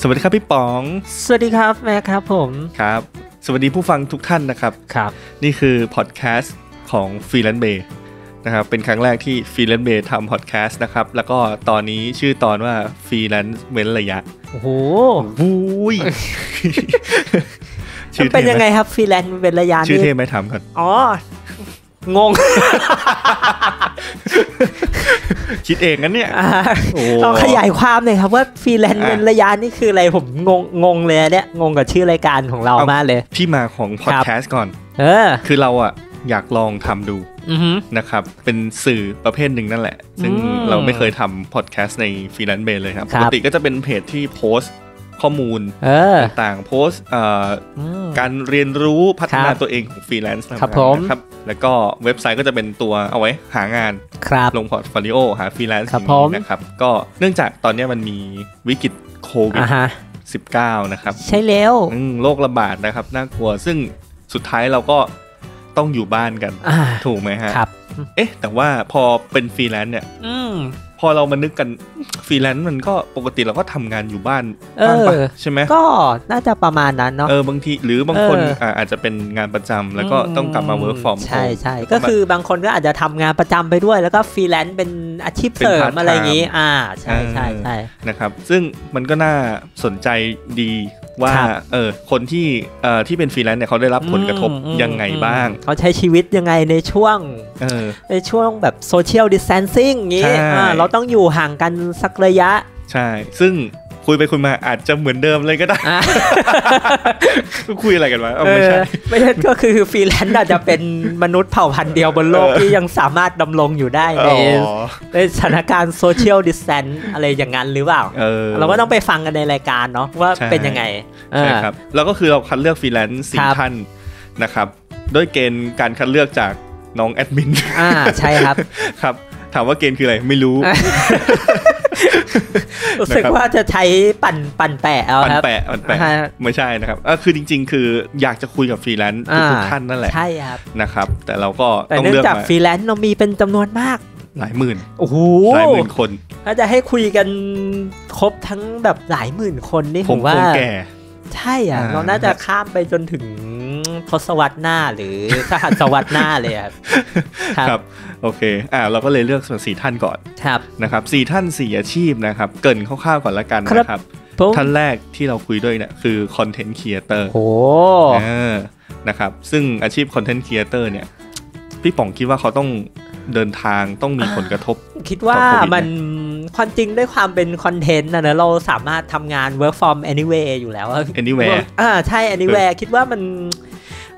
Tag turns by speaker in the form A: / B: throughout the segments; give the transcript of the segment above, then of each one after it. A: สวัสดีครับพี่ป๋อง
B: สวัสดีครับแม่ครับผม
A: ครับ สวัสดีผู้ฟังทุกท่านนะครับ
B: ครับ
A: นี่คือพอดแคสต์ของฟรีแลนซ์เบย์นะครับเป็นครั้งแรกที่ฟรีแลนซ์เบย์ทำพอดแคสต์นะครับ แล้วก็ตอนนี้ชื่อตอนว่าฟรีแลนซ์เว้นระยะ
B: โอ้โห
A: วุ้ย
B: มันเป็น
A: ท่หม
B: ยังไงครับฟรีแลนซ์มันเป็นระยะ
A: ชื่อ
B: นี้
A: เท่ไหมถามก่อน
B: อ๋อ งง
A: คิดเองงั้นเนี่ย
B: อ่า
A: โอ้
B: ต้องขยายความหน่อยครับว่าฟรีแลนซ์
A: อ่ะ
B: เป็นระยะนี่คืออะไรผมงงงงเลยอะเนี่ยงงกับชื่อรายการของเรา
A: เอาม
B: มากเลย
A: ที่มาของพอดแคสต์ก่อน
B: เออ
A: คือเราอะอยากลองทำดู
B: อือหือ
A: นะครับ เป็นสื่อประเภทหนึ่งนั่นแหละ ซึ่ง
B: อืม
A: เราไม่เคยทำพอดแคสต์ในฟรีแลนซ์เบย์เลยครับ
B: ครั
A: ป
B: บ
A: กติก็จะเป็นเพจที่โพสต์ข้อมูล
B: เออ
A: ต่างๆโพสต์เอ่อ
B: อืม
A: การเรียนรู้พัฒนา
B: ครับ
A: ตัวเองของฟรีแลนซ์นะครับ
B: ผม
A: นะครับ แล้วก็เว็บไซต์ก็จะเป็นตัวเอาไว้หางาน
B: ครับ
A: ลงพอร์ตโฟลิโอหาฟรีแลนซ์
B: ครับผม
A: นะครับ ก็เนื่องจากตอนเนี้ยมันมีวิกฤตโควิด
B: อ่ะฮะ
A: 19นะครับ
B: ใช่แล้ว
A: อืมโรคระบาดนะครับน่ากลัวซึ่งสุดท้ายเราก็ต้องอยู่บ้านกัน
B: อ่า
A: ถูกไหมฮะ
B: ครับ
A: เอ๊ะ แต่ว่าพอเป็นฟรีแลนซ์เนี่ย
B: อืม
A: พอเรามานึกกันฟรีแลนซ์มันก็ปกติเราก็ทำงานอยู่บ้าน
B: เออ
A: บ้างปะใช่ไหม
B: ก็น่าจะประมาณนั้นเนาะ
A: เออบางทีหรือบางคน
B: เอออ่
A: าอาจจะเป็นงานประจำแล้วก็ต้องกลับมาเวิร์กฟอร์ม
B: ใช่ใช่ก็คือบางคนก็อาจจะทำงานประจำไปด้วย แล้วก็ฟรีแลนซ์เป็นอาชีพ
A: เป็น
B: เสริม
A: part-time
B: อะไรอย่างนี้ อ่า ใช่ใช่
A: อ่า
B: ใช่
A: นะครับ ซึ่งมันก็น่าสนใจดีว่า
B: ครับ
A: เออคนที่เอ่อที่เป็นฟรีแลนซ์เนี่ยเขาได้รับผลกระทบ
B: อืมอืม
A: ยังไง
B: อืม
A: บ้าง
B: เขาใช้ชีวิตยังไงในช่วง
A: เออ
B: ในช่วงแบบโซเชียลดิสแ n นซิ่ง
A: ใช่
B: นี้อ่าเราต้องอยู่ห่างกันสักระยะ
A: ใช่ ซึ่งคุยไปคุยมาอาจจะเหมือนเดิมเลยก็ได้
B: อ่ะ
A: คุยอะไรกันวะเอา
B: เอ
A: ไม่
B: อ
A: ใช่
B: ไม่ใช่ก็คือฟรีแลนซ์อาจจะเป็นมนุษย์เผ่าพันธุ์เดียวบนโลก
A: เออ
B: ที่ยังสามารถดำรงอยู่ได้ใน
A: อ๋อ
B: ในสถานการณ์โซเชียลดิสแ n นอะไรอย่างนั้นหรือเปล่า
A: เออ
B: เราก็ต้องไปฟังกันในรายการเนาะว่า
A: ใช่
B: เป็นยังไง
A: ใช่
B: อ่า
A: ครับ แล้วก็คือเราคัดเลือกฟรีแลนซ์สี่
B: ครับ
A: ท่านนะครับ ด้วยเกณฑ์การคัดเลือกจากน้องแอดมิน
B: อ่าใช่ครับ
A: ครับ ถามว่าเกณฑ์คืออะไร ไม่รู้
B: อ่ะ รู้สึกว่าจะใช้ปั่นปั่นแปะเอา
A: ปัน
B: ครับ
A: แปะปันแปะ
B: อ่าฮะ
A: ไม่ใช่นะครับอ่ะคือจริง ๆ คืออยากจะคุยกับฟรีแลนซ์ทุก
B: อ่า
A: ๆท่านนั่นแหละ
B: ใช่ครับ
A: นะครับ แต่เราก็
B: แต่
A: ต้อง
B: เนื่อ
A: เลือก
B: งจาก
A: มา
B: ฟรีแลนซ์เรามีเป็นจำนวนมาก
A: หลายหมื่น
B: โอ้โห
A: หลายหมื่นคน
B: ถ้าจะให้คุยกันครบทั้งแบบหลายหมื่นคนนี่
A: ผ
B: ผม ม
A: ค
B: ว่า
A: งแก่
B: ใช่อ่ะ
A: อ่า
B: เราน่าจะข้ามไปจนถึงทศวรรษหน้าหรือสหัสวรรษหน้าเลยครับ ครับ
A: ครับ โอเค อ่าเราก็เลยเลือกส่วนสี่ท่านก่อน
B: ครับ
A: นะครับสี่ท่านสี่อาชีพนะครับ เกรินคร่าวๆก่อนละกันนะครับ
B: ปุ๊บ
A: ท่านแรกที่เราคุยด้วยเนี่ยคือคอนเทนต์ครีเอเตอร์
B: โอ้โห
A: นะครับซึ่งอาชีพคอนเทนต์ครีเอเตอร์เนี่ยพี่ป๋องคิดว่าเขาต้องเดินทางต้องมีผลกระทบ
B: คิดว่า
A: ขอบคุณนะ
B: มันความจริงด้วยความเป็นคอนเทนต์นะเนอะเราสามารถทำงาน work from anywhere อยู่แล้วอะ
A: anywhere
B: อ่าใช่ anywhere คิดว่ามัน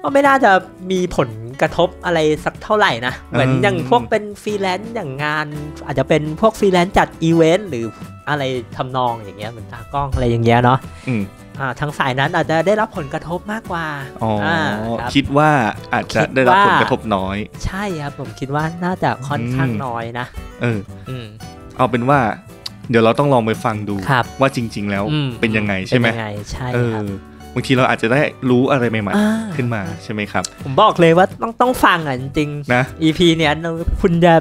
B: ก็ไม่น่าจะมีผลกระทบอะไรสักเท่าไหร่นะ เหมือน
A: อืม
B: อย่างพวกเป็นฟรีแลนซ์อย่างงาน อาจจะเป็นพวกฟรีแลนซ์จัดอีเวนต์หรืออะไรทำนองอย่างเงี้ยเหมือนตากล้องอะไรอย่างเงี้ยเนาะ
A: อืม
B: อ่าทางสายนั้นอาจจะได้รับผลกระทบมากกว่า
A: อ๋ออา
B: ครับ
A: คิดว่าอาจจะ
B: คิดว่า
A: ได้รับผลกระทบน้อย
B: ใช่ครับผมคิดว่าน่าจะค่อนข้าง
A: อืม
B: น้อยนะ
A: เออ
B: อืม
A: เอาเป็นว่า เดี๋ยวเราต้องลองไปฟังดู
B: ครับ
A: ว่าจริง ๆ แล้ว
B: อืม
A: เป็นยังไงใช่ไหม
B: เป็นยังไงใช่
A: เออ
B: ครับบ
A: างทีเราอาจจะได้รู้อะไรใหม่
B: อ่า
A: ๆ ขึ้นมาใช่ไหมครับ
B: ผมบอกเลยว่าต้องต้องฟังอ่ะจริงๆ
A: นะ
B: EP เนี้ยคุณจะ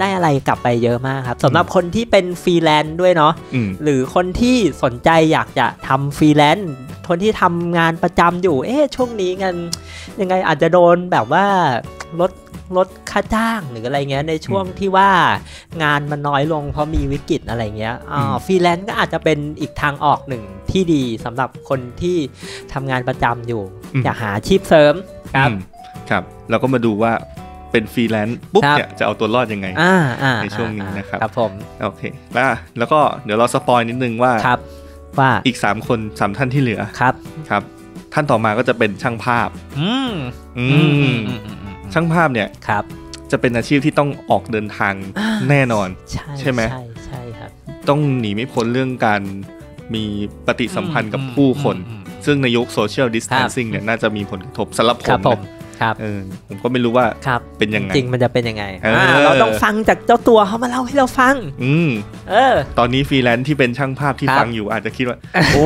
B: ได้อะไรกลับไปเยอะมากครับสำหรับคนที่เป็นฟรีแลนซ์ด้วยเนาะ
A: อืม
B: หรือคนที่สนใจอยากจะทำฟรีแลนซ์คนที่ทำงานประจำอยู่ เอ๊ะช่วงนี้งานยังไงอาจจะโดนแบบว่าลดลดค่าจ้างหรืออะไรเงี้ยในช่วงที่ว่างานมันน้อยลงเพราะมีวิกฤตอะไรเงี้ยอ่า
A: อืม
B: ฟรีแลนซ์ก็อาจจะเป็นอีกทางออกหนึ่งที่ดีสำหรับคนที่ทำงานประจำอยู่ อยากหาอาชีพเสริมครับ
A: อืมครับเราก็มาดูว่าเป็นฟรีแลนซ์ปุ๊บ
B: ครับ
A: เนี่ยจะเอาตัวรอดยังไง
B: อ่าอ่า
A: ในช่วงนี้นะครับ
B: ครับผม
A: โอเคแล้วแล้วก็เดี๋ยวเราสปอยนิดนึงว่า
B: ครับว่า
A: อีก 3 คน 3 ท่านที่เหลือ
B: ครับ
A: ครับ ท่านต่อมาก็จะเป็นช่างภาพ
B: อืม
A: อื
B: อืมอื
A: ม
B: มอืมอืม
A: ช่างภาพเนี่ย
B: ครับ
A: จะเป็นอาชีพที่ต้องออกเดินทาง
B: อ่า
A: แน่นอน
B: ใช่
A: ใช่ไหม
B: ใช่ใช่ครับ
A: ต้องหนีไม่พ้นเรื่องการมีปฏิสัมพันธ์กับผู้คน
B: อืม
A: ซึ่งในยุคโซเชียลดิส a ทนซิ่ง
B: ครับ
A: เนี่ยน่าจะมีผลกระทบสำหรับ
B: ครับผ
A: ผม ม
B: ครับ
A: เออผมก็ไม่รู้ว่า
B: ครับ
A: เป็นยังไง
B: จริงมันจะเป็นยังไง
A: เอออ่
B: าเราต้องฟังจากเจ้าตัวเขามาเล่าให้เราฟัง
A: อืม
B: เออ
A: ตอนนี้ฟรีแลนซ์ที่เป็นช่างภาพที่
B: ครับ
A: ฟังอยู่อาจจะคิดว่า โอ้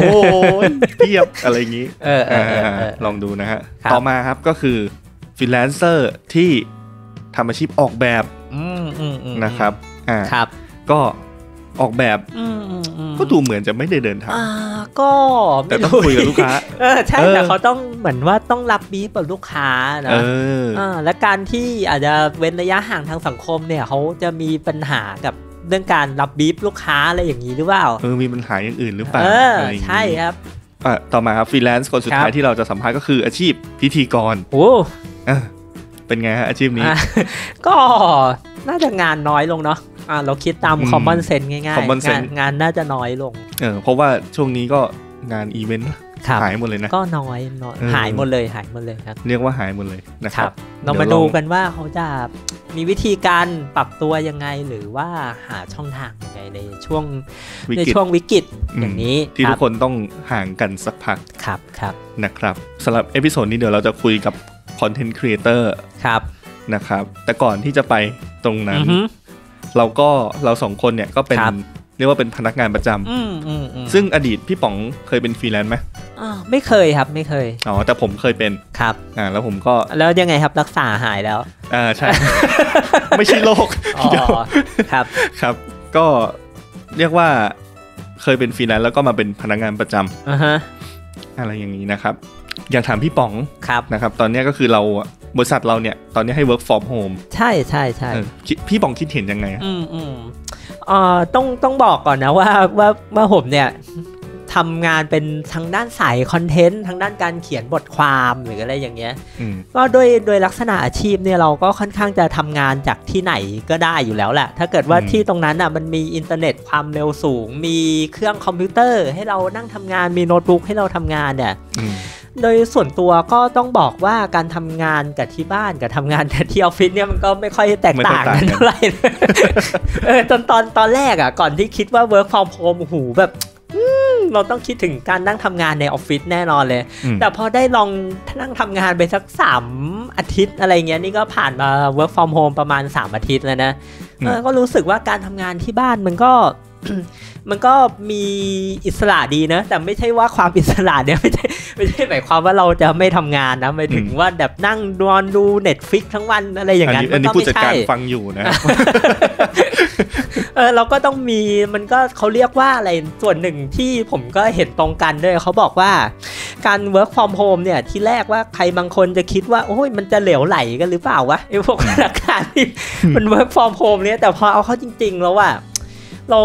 A: ยเทียบอะไรอย่างนี้
B: เออเออเออเออ
A: ลองดูนะฮะ
B: ครับ
A: ต่อมาครับก็คือฟรีแลนเซอร์ที่ทำอาชีพออกแบบ
B: อืมอืมอืม
A: นะครับอ่า
B: ครับ
A: ก็ ออกแบบ
B: อืมอืมอืม
A: ก็ดูเหมือนจะไม่ได้เดินทาง
B: อ่าก็
A: แต่
B: ไม่
A: ต้อง
B: รู้
A: คุยกับลูกค้า
B: เออใช่
A: เออ
B: แต่เขาต้องเหมือนว่าต้องรับบีฟกับลูกค้านะ
A: เออ
B: อ่าและการที่อาจจะเว้นระยะห่างทางสังคมเนี่ยเขาจะมีปัญหากับเรื่องการรับบีฟลูกค้าอะไรอย่างนี้หรือเปล่า
A: เออมีปัญหาอย่างอื่นหรือเปล่า
B: เออ
A: อะไรอย่างนี้
B: ใช่ครับ
A: อ่ะต่อมาครับฟรีแลนซ์คนสุดท้า
B: ครั
A: ย
B: บ
A: ที่เราจะสัมภาษณ์ก็คืออาชีพพิธีกร
B: โอ้
A: อ่ะเป็นไงฮะอาชีพนี้
B: อ่ะ ก็น่าจะงานน้อยลงเนาะอ่าเราคิดตาม
A: อืม
B: คอมมอนเซนง่าย
A: common
B: ๆ งาน
A: sense
B: งานน่าจะน้อยลง
A: เออเพราะว่าช่วงนี้ก็งานอีเวนต์
B: ครับ
A: หายหมดเลยนะ
B: ก็น้อยน้อย
A: เออ
B: หายหมดเลยหายหมดเลยครับ
A: เรียกว่าหายหมดเลยนะค
B: ครั
A: รั
B: บบ เรามาดูกันว่าเขาจะมีวิธีการปรับตัวยังไงหรือว่าหาช่องทางยังไงในช่วง
A: วิ
B: ใน
A: กฤต
B: ช่วงวิกฤต
A: อืม
B: อย่างนี้
A: ที่
B: ค
A: ทุ
B: รับ
A: กคนต้องห่างกันสักพัก
B: ครับครับ
A: นะครับสำหรับเอพิโซดนี้เดี๋ยวเราจะคุยกับคอนเทนต์ครีเอเตอร์
B: ครับ
A: นะครับแต่ก่อนที่จะไปตรงนั้
B: อื
A: น
B: อฮึ
A: เราก็เราสองคนเนี่ยก็เป็น
B: ครับ
A: เรียกว่าเป็นพนักงานประจำ
B: อืมอืมอืม
A: ซึ่งอดีตพี่ป๋องเคยเป็นฟรีแลนซ์ไหม
B: อ้าวไม่เคยครับไม่เคย
A: อ๋อแต่ผมเคยเป็น
B: ครับ
A: อ่าแล้วผมก็
B: แล้วยังไงครับรักษาหายแล้ว
A: อ่าใช่ ไม่ใช่โรค
B: อ๋ อ
A: เดี๋ยว
B: ครับ
A: ครับ ก็เรียกว่าเคยเป็นฟรีแลนซ์แล้วก็มาเป็นพนักงานประจำ
B: อ่าฮะ
A: อะไรอย่างนี้นะครับ อยากถามพี่ป๋อง
B: ครับ
A: นะครับ ตอนเนี้ยก็คือเราอะบริษัทเราเนี่ยตอนนี้ให้ work from home
B: ใช่ใช่ใช่
A: เออคิดพี่ป๋องคิดเห็นยังไงอะ
B: อืมอืมเอ่อต้องต้องบอกก่อนนะว่าว่าว่าผมเนี่ยทำงานเป็นทางด้านสายคอนเทนต์ทางด้านการเขียนบทความหรืออะไรอย่างเงี้ย
A: อืม
B: ก็โดยโดยลักษณะอาชีพเนี่ยเราก็ค่อนข้างจะทำงานจากที่ไหนก็ได้อยู่แล้วแหละ ถ้าเกิดว่า
A: อืม
B: ที่ตรงนั้นอ่ะมันมีอินเทอร์เน็ตความเร็วสูง มีเครื่องคอมพิวเตอร์ ให้เรานั่งทำงานมีโน้ตบุ๊กให้เราทำงานเนี่ย
A: อืม
B: โดยส่วนตัวก็ต้องบอกว่าการทำงานกับที่บ้านกับทำงานกับที่ออฟฟิศเนี่ยมันก็ไม่ค่อยแตกต่างกันเท่าไหร่ นะเออตอนตอนตอนแรกอ่ะก่อนที่คิดว่า work from home โอ้โหูแบบอืมเราต้องคิดถึงการนั่งทำงานในออฟฟิศแน่นอนเลย
A: อืม
B: แต่พอได้ลองนั่งทำงานไปสักสามอาทิตย์อะไรเงี้ยนี่ก็ผ่านมา work from home ประมาณ 3 อาทิตย์แล้วนะเออก็รู้สึกว่าการทำงานที่บ้านมันก็ มันก็มีอิสระดีนะ แต่ไม่ใช่ว่าความอิสระเนี่ย ไม่ใช่ไม่ใช่หมายความว่าเราจะไม่ทำงานนะหมายถึงว่าแบบนั่งนอนดู Netflix ทั้งวันอะไรอย่างนั้น
A: อันนี้
B: มัก็
A: ผู้
B: ไม่
A: จัดการ
B: ใช่
A: ฟังอยู่นะ
B: เออเราก็ต้องมีมันก็เขาเรียกว่าอะไรส่วนหนึ่งที่ผมก็เห็นตรงกันด้วยเขาบอกว่าการ work from home เนี่ยที่แรกว่าใครบางคนจะคิดว่า โอ้ยมันจะเหลวไหลกันหรือเปล่าวะไอ้พวกพนักงาน ที่มัน work from home เนี่ยแต่พอเอาเข้าจริง ๆ แล้วว่า เรา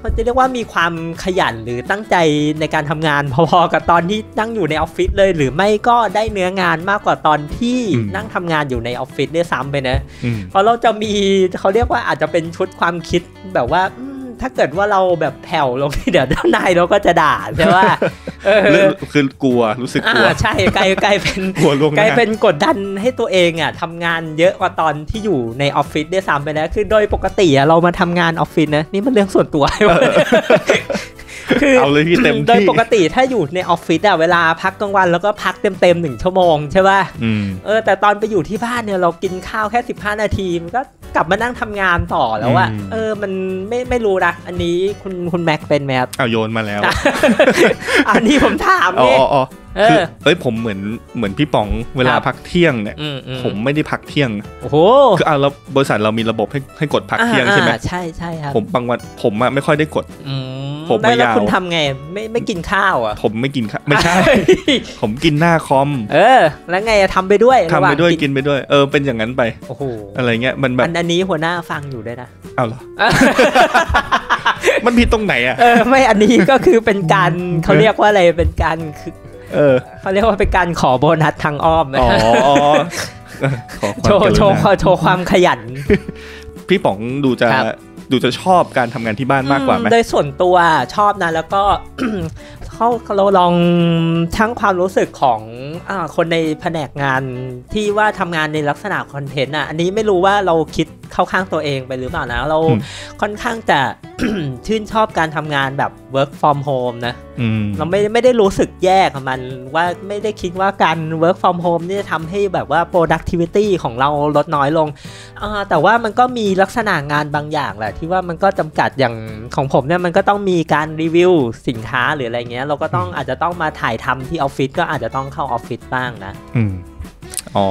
B: เราจะเรียกว่ามีความขยันหรือตั้งใจในการทำงานพอๆกับตอนที่นั่งอยู่ในออฟฟิศเลย หรือไม่ก็ได้เนื้องานมากกว่าตอนที่
A: อืม
B: นั่งทำงานอยู่ในออฟฟิศด้วยซ้ำไปนะ
A: อืม
B: เพราะเราจะมีเขาเรียกว่าอาจจะเป็นชุดความคิดแบบว่าอืมถ้าเกิดว่าเราแบบแผ่วลง เดี๋ยวเจ้านายเราก็จะด่าใช่ป่ะเออ
A: เรื่องคือกลัวรู้สึกกลัว
B: อ่าใช่กลายกลายเป็น
A: กลัวล่วงห
B: กลา
A: น้าย
B: เป็นกดดันให้ตัวเองอ่ะทำงานเยอะกว่าตอนที่อยู่ในออฟฟิศด้วยซ้ำไปนะคือโดยปกติอ่ะเรามาทำงานออฟฟิศนะนี่มันเรื่องส่วนตัว คือ
A: เอาเลยพี่เต็มที่
B: โดยปกติถ้าอยู่ในออฟฟิศอ่ะเวลาพักกลางวันแล้วก็พักเต็มๆหนึ่งชั่วโมงใช่ป่ะ
A: อืม
B: เออแต่ตอนไปอยู่ที่บ้านเนี่ยเรากินข้าวแค่ 15 นาทีมันก็กลับมานั่งทำงานต่อแล้วอะ
A: อืม
B: เออมันไม่ไม่รู้นะอันนี้คุณคุณแม็กเป็นไหมครับ
A: เอาโยนมาแล้ว
B: อ่ะ อันนี้ผมถาม
A: อ๋อ
B: เนี่ย
A: อ๋อ
B: เอ
A: คือ
B: อ
A: เอ้ยผมเหมือนเหมือนพี่ป๋องเวลา
B: ครับ
A: พักเที่ยงเนี่ย
B: อืมอืม
A: ผมไม่ได้พักเที่ยง
B: โอ้โห
A: คือเอาเราบริษัทเรามีระบบให้ให้กดพักเที่ยงใช่ไหม
B: อ่าอ่าใช่ใช่ครับ
A: ผมบางวันผมอะไม่ค่อยได้กด
B: อืม
A: ผม
B: แล้วแล้ว
A: ยาว
B: คุณทำไงไม่ไม่กินข้าวอ่ะ
A: ผมไม่กินข้าวไม่ ใช่ ผมกินหน้าคอม
B: เออ แล้วไงอะทำไปด้วย
A: ทำ
B: ระหา
A: ไป
B: ง
A: ด้วยกินไปด้วยเออเป็นอย่างนั้นไป
B: โอ้โห
A: อะไรเงี้ยมันแบบ
B: อันอันนี้หัวหน้าฟังอยู่ด้วยนะ
A: เอาเห รอ มันผิดตรงไหนอะ
B: เออไม่อันนี้ก็คือเป็นการเขาเรียกว่าอะไรเป็นการคือ
A: เออ
B: เขาเรียกว่าเป็นการขอโบนัสทางอ้อมนะ
A: อ๋ออ๋อเออขอความกรุ
B: โชว์โชว์
A: ณา
B: โชว์ความขยัน
A: พี่ป๋องดูจะ
B: ครับ
A: ดูจะชอบการทำงานที่บ้านมากกว่าไหม
B: อืโดยส่วนตัวชอบนะแล้วก็ เขาเราลองทั้งความรู้สึกของอาคนในแผนกงานที่ว่าทำงานในลักษณะคอนเทนต์อ่ะอันนี้ไม่รู้ว่าเราคิดเข้าข้างตัวเองไปหรือเปล่านะเรา
A: อืม
B: ค่อนข้างจะ ชื่นชอบการทำงานแบบ work from home นะ
A: อืม
B: เราไม่ไม่ได้รู้สึกแย่กับมันว่าไม่ได้คิดว่าการ work from home นี่จะทำให้แบบว่า productivity ของเราลดน้อยลงอ่าแต่ว่ามันก็มีลักษณะงานบางอย่างแหละที่ว่ามันก็จำกัดอย่างของผมเนี่ยมันก็ต้องมีการรีวิวสินค้าหรืออะไรเงี้ย เราก็ต้องอาจจะต้องมาถ่ายทำที่ออฟฟิศก็อาจจะต้องเข้าออฟฟิศบ้างนะ
A: อืมอ๋อ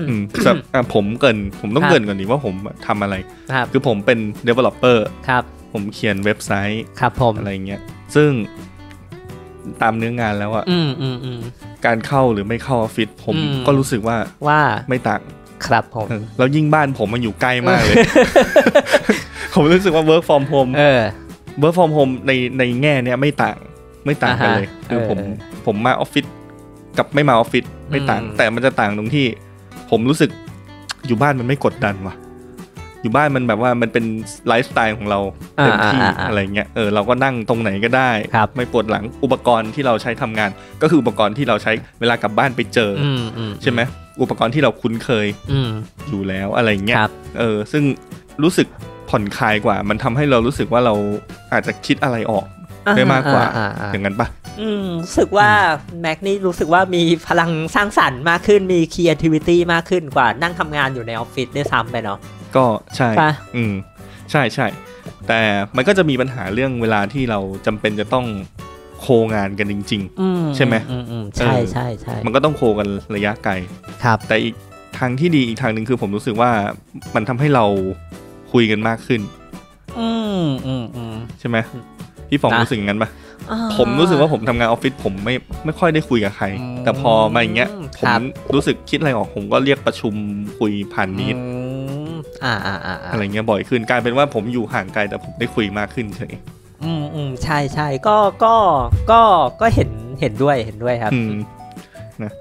A: อืมสำอ่ะผมเกรินผมต้อง
B: ครับ
A: เกรินก่อนดีว่าผมทำอะไร
B: ครับ
A: คือผมเป็น developer
B: ครับ
A: ผมเขียนเว็บไซต์
B: ครับผม
A: อะไรเงี้ยซึ่งตามเนื้องานแล้วอะ
B: อืมอืมอืม
A: การเข้าหรือไม่เข้าออฟฟิศผม
B: อืม
A: ก็รู้สึกว่า
B: ว่า
A: ไม่ต่าง
B: ครับผม
A: เออแล้วยิ่งบ้านผมมันอยู่ใกล้มากเลย ผมรู้สึกว่า work from home
B: เออ
A: work from home ในในแง่เนี้ยไม่ต่างไม่ต่างกันเลย
B: อ่าฮะ
A: คือผม
B: เออ
A: ผมมาออฟฟิศกับไม่มาออฟฟิศไม่ต่าง
B: อืม
A: แต่มันจะต่างตรงที่ ผมรู้สึกอยู่บ้านมันไม่กดดันว่ะ อยู่บ้านมันแบบว่ามันเป็นไลฟ์สไตล์ของเราเต็มที่
B: อ่าอ่าอ่า
A: อะไรเงี้ยเออเราก็นั่งตรงไหนก็ได้
B: ครับ
A: ไม่ปวดหลังอุปกรณ์ที่เราใช้ทำงาน ก็คืออุปกรณ์ที่เราใช้เวลากลับบ้านไปเจออ
B: อืมอืม
A: ใช่ไหมอุปกรณ์ที่เราคุ้นเคย
B: อืม
A: อยู่แล้วอะไรเงี้ย
B: ครับ
A: เออซึ่งรู้สึกผ่อนคลายกว่า มันทำให้เรารู้สึกว่าเราอาจจะคิดอะไรออกได้มากกว่า
B: อ่อ่อ่า
A: อย่างนั้นปะ
B: อืมรู้สึกว่าแม็กนี่รู้สึกว่ามีพลังสร้างสรรค์มากขึ้นมี creativity มากขึ้นกว่านั่งทำงานอยู่ในออฟฟิศด้วยซ้ำไปเนาะ
A: ก็ใช่
B: ปะ
A: อืม ใช่ใช่แต่มันก็จะมีปัญหาเรื่องเวลาที่เราจำเป็นจะต้องโคงานกันจริง
B: อืม
A: ใช่ไหม
B: อือือืใช่
A: เออ
B: ใช่ใช่
A: ๆ มันก็ต้องโคกันระยะไกล
B: ครับ
A: แต่อีกทางที่ดีอีกทางหนึ่งคือผมรู้สึกว่ามันทำให้เราคุยกันมากขึ้น
B: อืมอืมอืม
A: ใช่ไหมพี่ป๋อง
B: นะ
A: รู้สึกอย่างนั้นปะ
B: อ่า
A: ผมรู้สึกว่าผมทำงานออฟฟิศผมไม่ไม่ค่อยได้คุยกับใคร
B: อืม
A: แต่พอมาอย่างเงี้ย ผ
B: ครั
A: ม
B: บ
A: รู้สึกคิดอะไรออกผมก็เรียกประชุมคุยผ่านมีด
B: อืมอ่าอ่าอ่าอ่า
A: อะไรเงี้ยบ่อยขึ้นกลายเป็นว่าผมอยู่ห่างไกลแต่ผมได้คุยมากขึ้นเฉย
B: อืมอืมใช่ใช่ก็ก็ก็ก็เห็นเห็นด้วยเห็นด้วยครับ
A: อืมนะ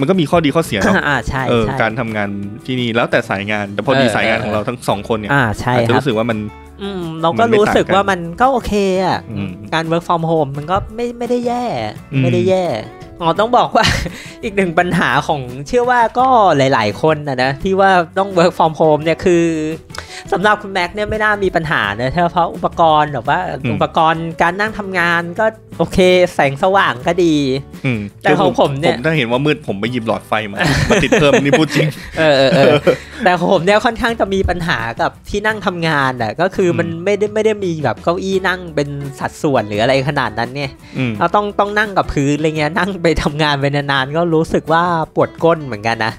A: มันก็มีข้อดีข้อเสียเนาะ
B: อ่าใช่
A: เออ
B: ใช่
A: การทำงานที่นี่แล้วแต่สายงาน แต่พอดี
B: เออ
A: สายงานของเราทั้งสองคนเนี่ย
B: อ่าใช่
A: อาจจะ
B: ครับ
A: รู้สึกว่ามัน
B: อืมเราก็
A: มันไม่
B: รู้สึก
A: ต่างกัน
B: ว่ามันก็โอเคอ่ะ
A: อืม
B: การ work from home มันก็ไม่ไม่ได้แย่
A: อืม
B: ไม่ได้แย่อ๋อต้องบอกว่า อีกหนึ่งปัญหาของเชื่อว่าก็หลาย ๆ คนนะนะที่ว่าต้อง work from home เนี่ยคือสำหรับคุณแม็กซ์เนี่ยไม่น่ามีปัญหาเนอะเพราะอุปกรณ์แบบว่าอุปกรณ์การนั่งทำงานก็โอเค แสงสว่างก็ดี
A: อืม
B: แต่ของผมเนี่ย
A: ผมถ้าเห็นว่ามืดผมไปหยิบหลอดไฟมา มาติดเพิ่มนี่พูดจ ริง
B: เออเออเอ อ แต่ของผมเนี่ยค่อนข้างจะมีปัญหากับที่นั่งทำงานอ่ะก็คืออ
A: ม
B: มันไม่ได้ไม่ได้มีแบบเก้าอี้นั่งเป็นสัดส่วนหรืออะไรขนาดนั้นเนี่ย
A: อืม
B: เราต้องต้องนั่งกับพื้นอะไรเงี้ยนั่งไปทำงานไปนานๆก็รู้สึกว่าปวดก้นเหมือนกันนะ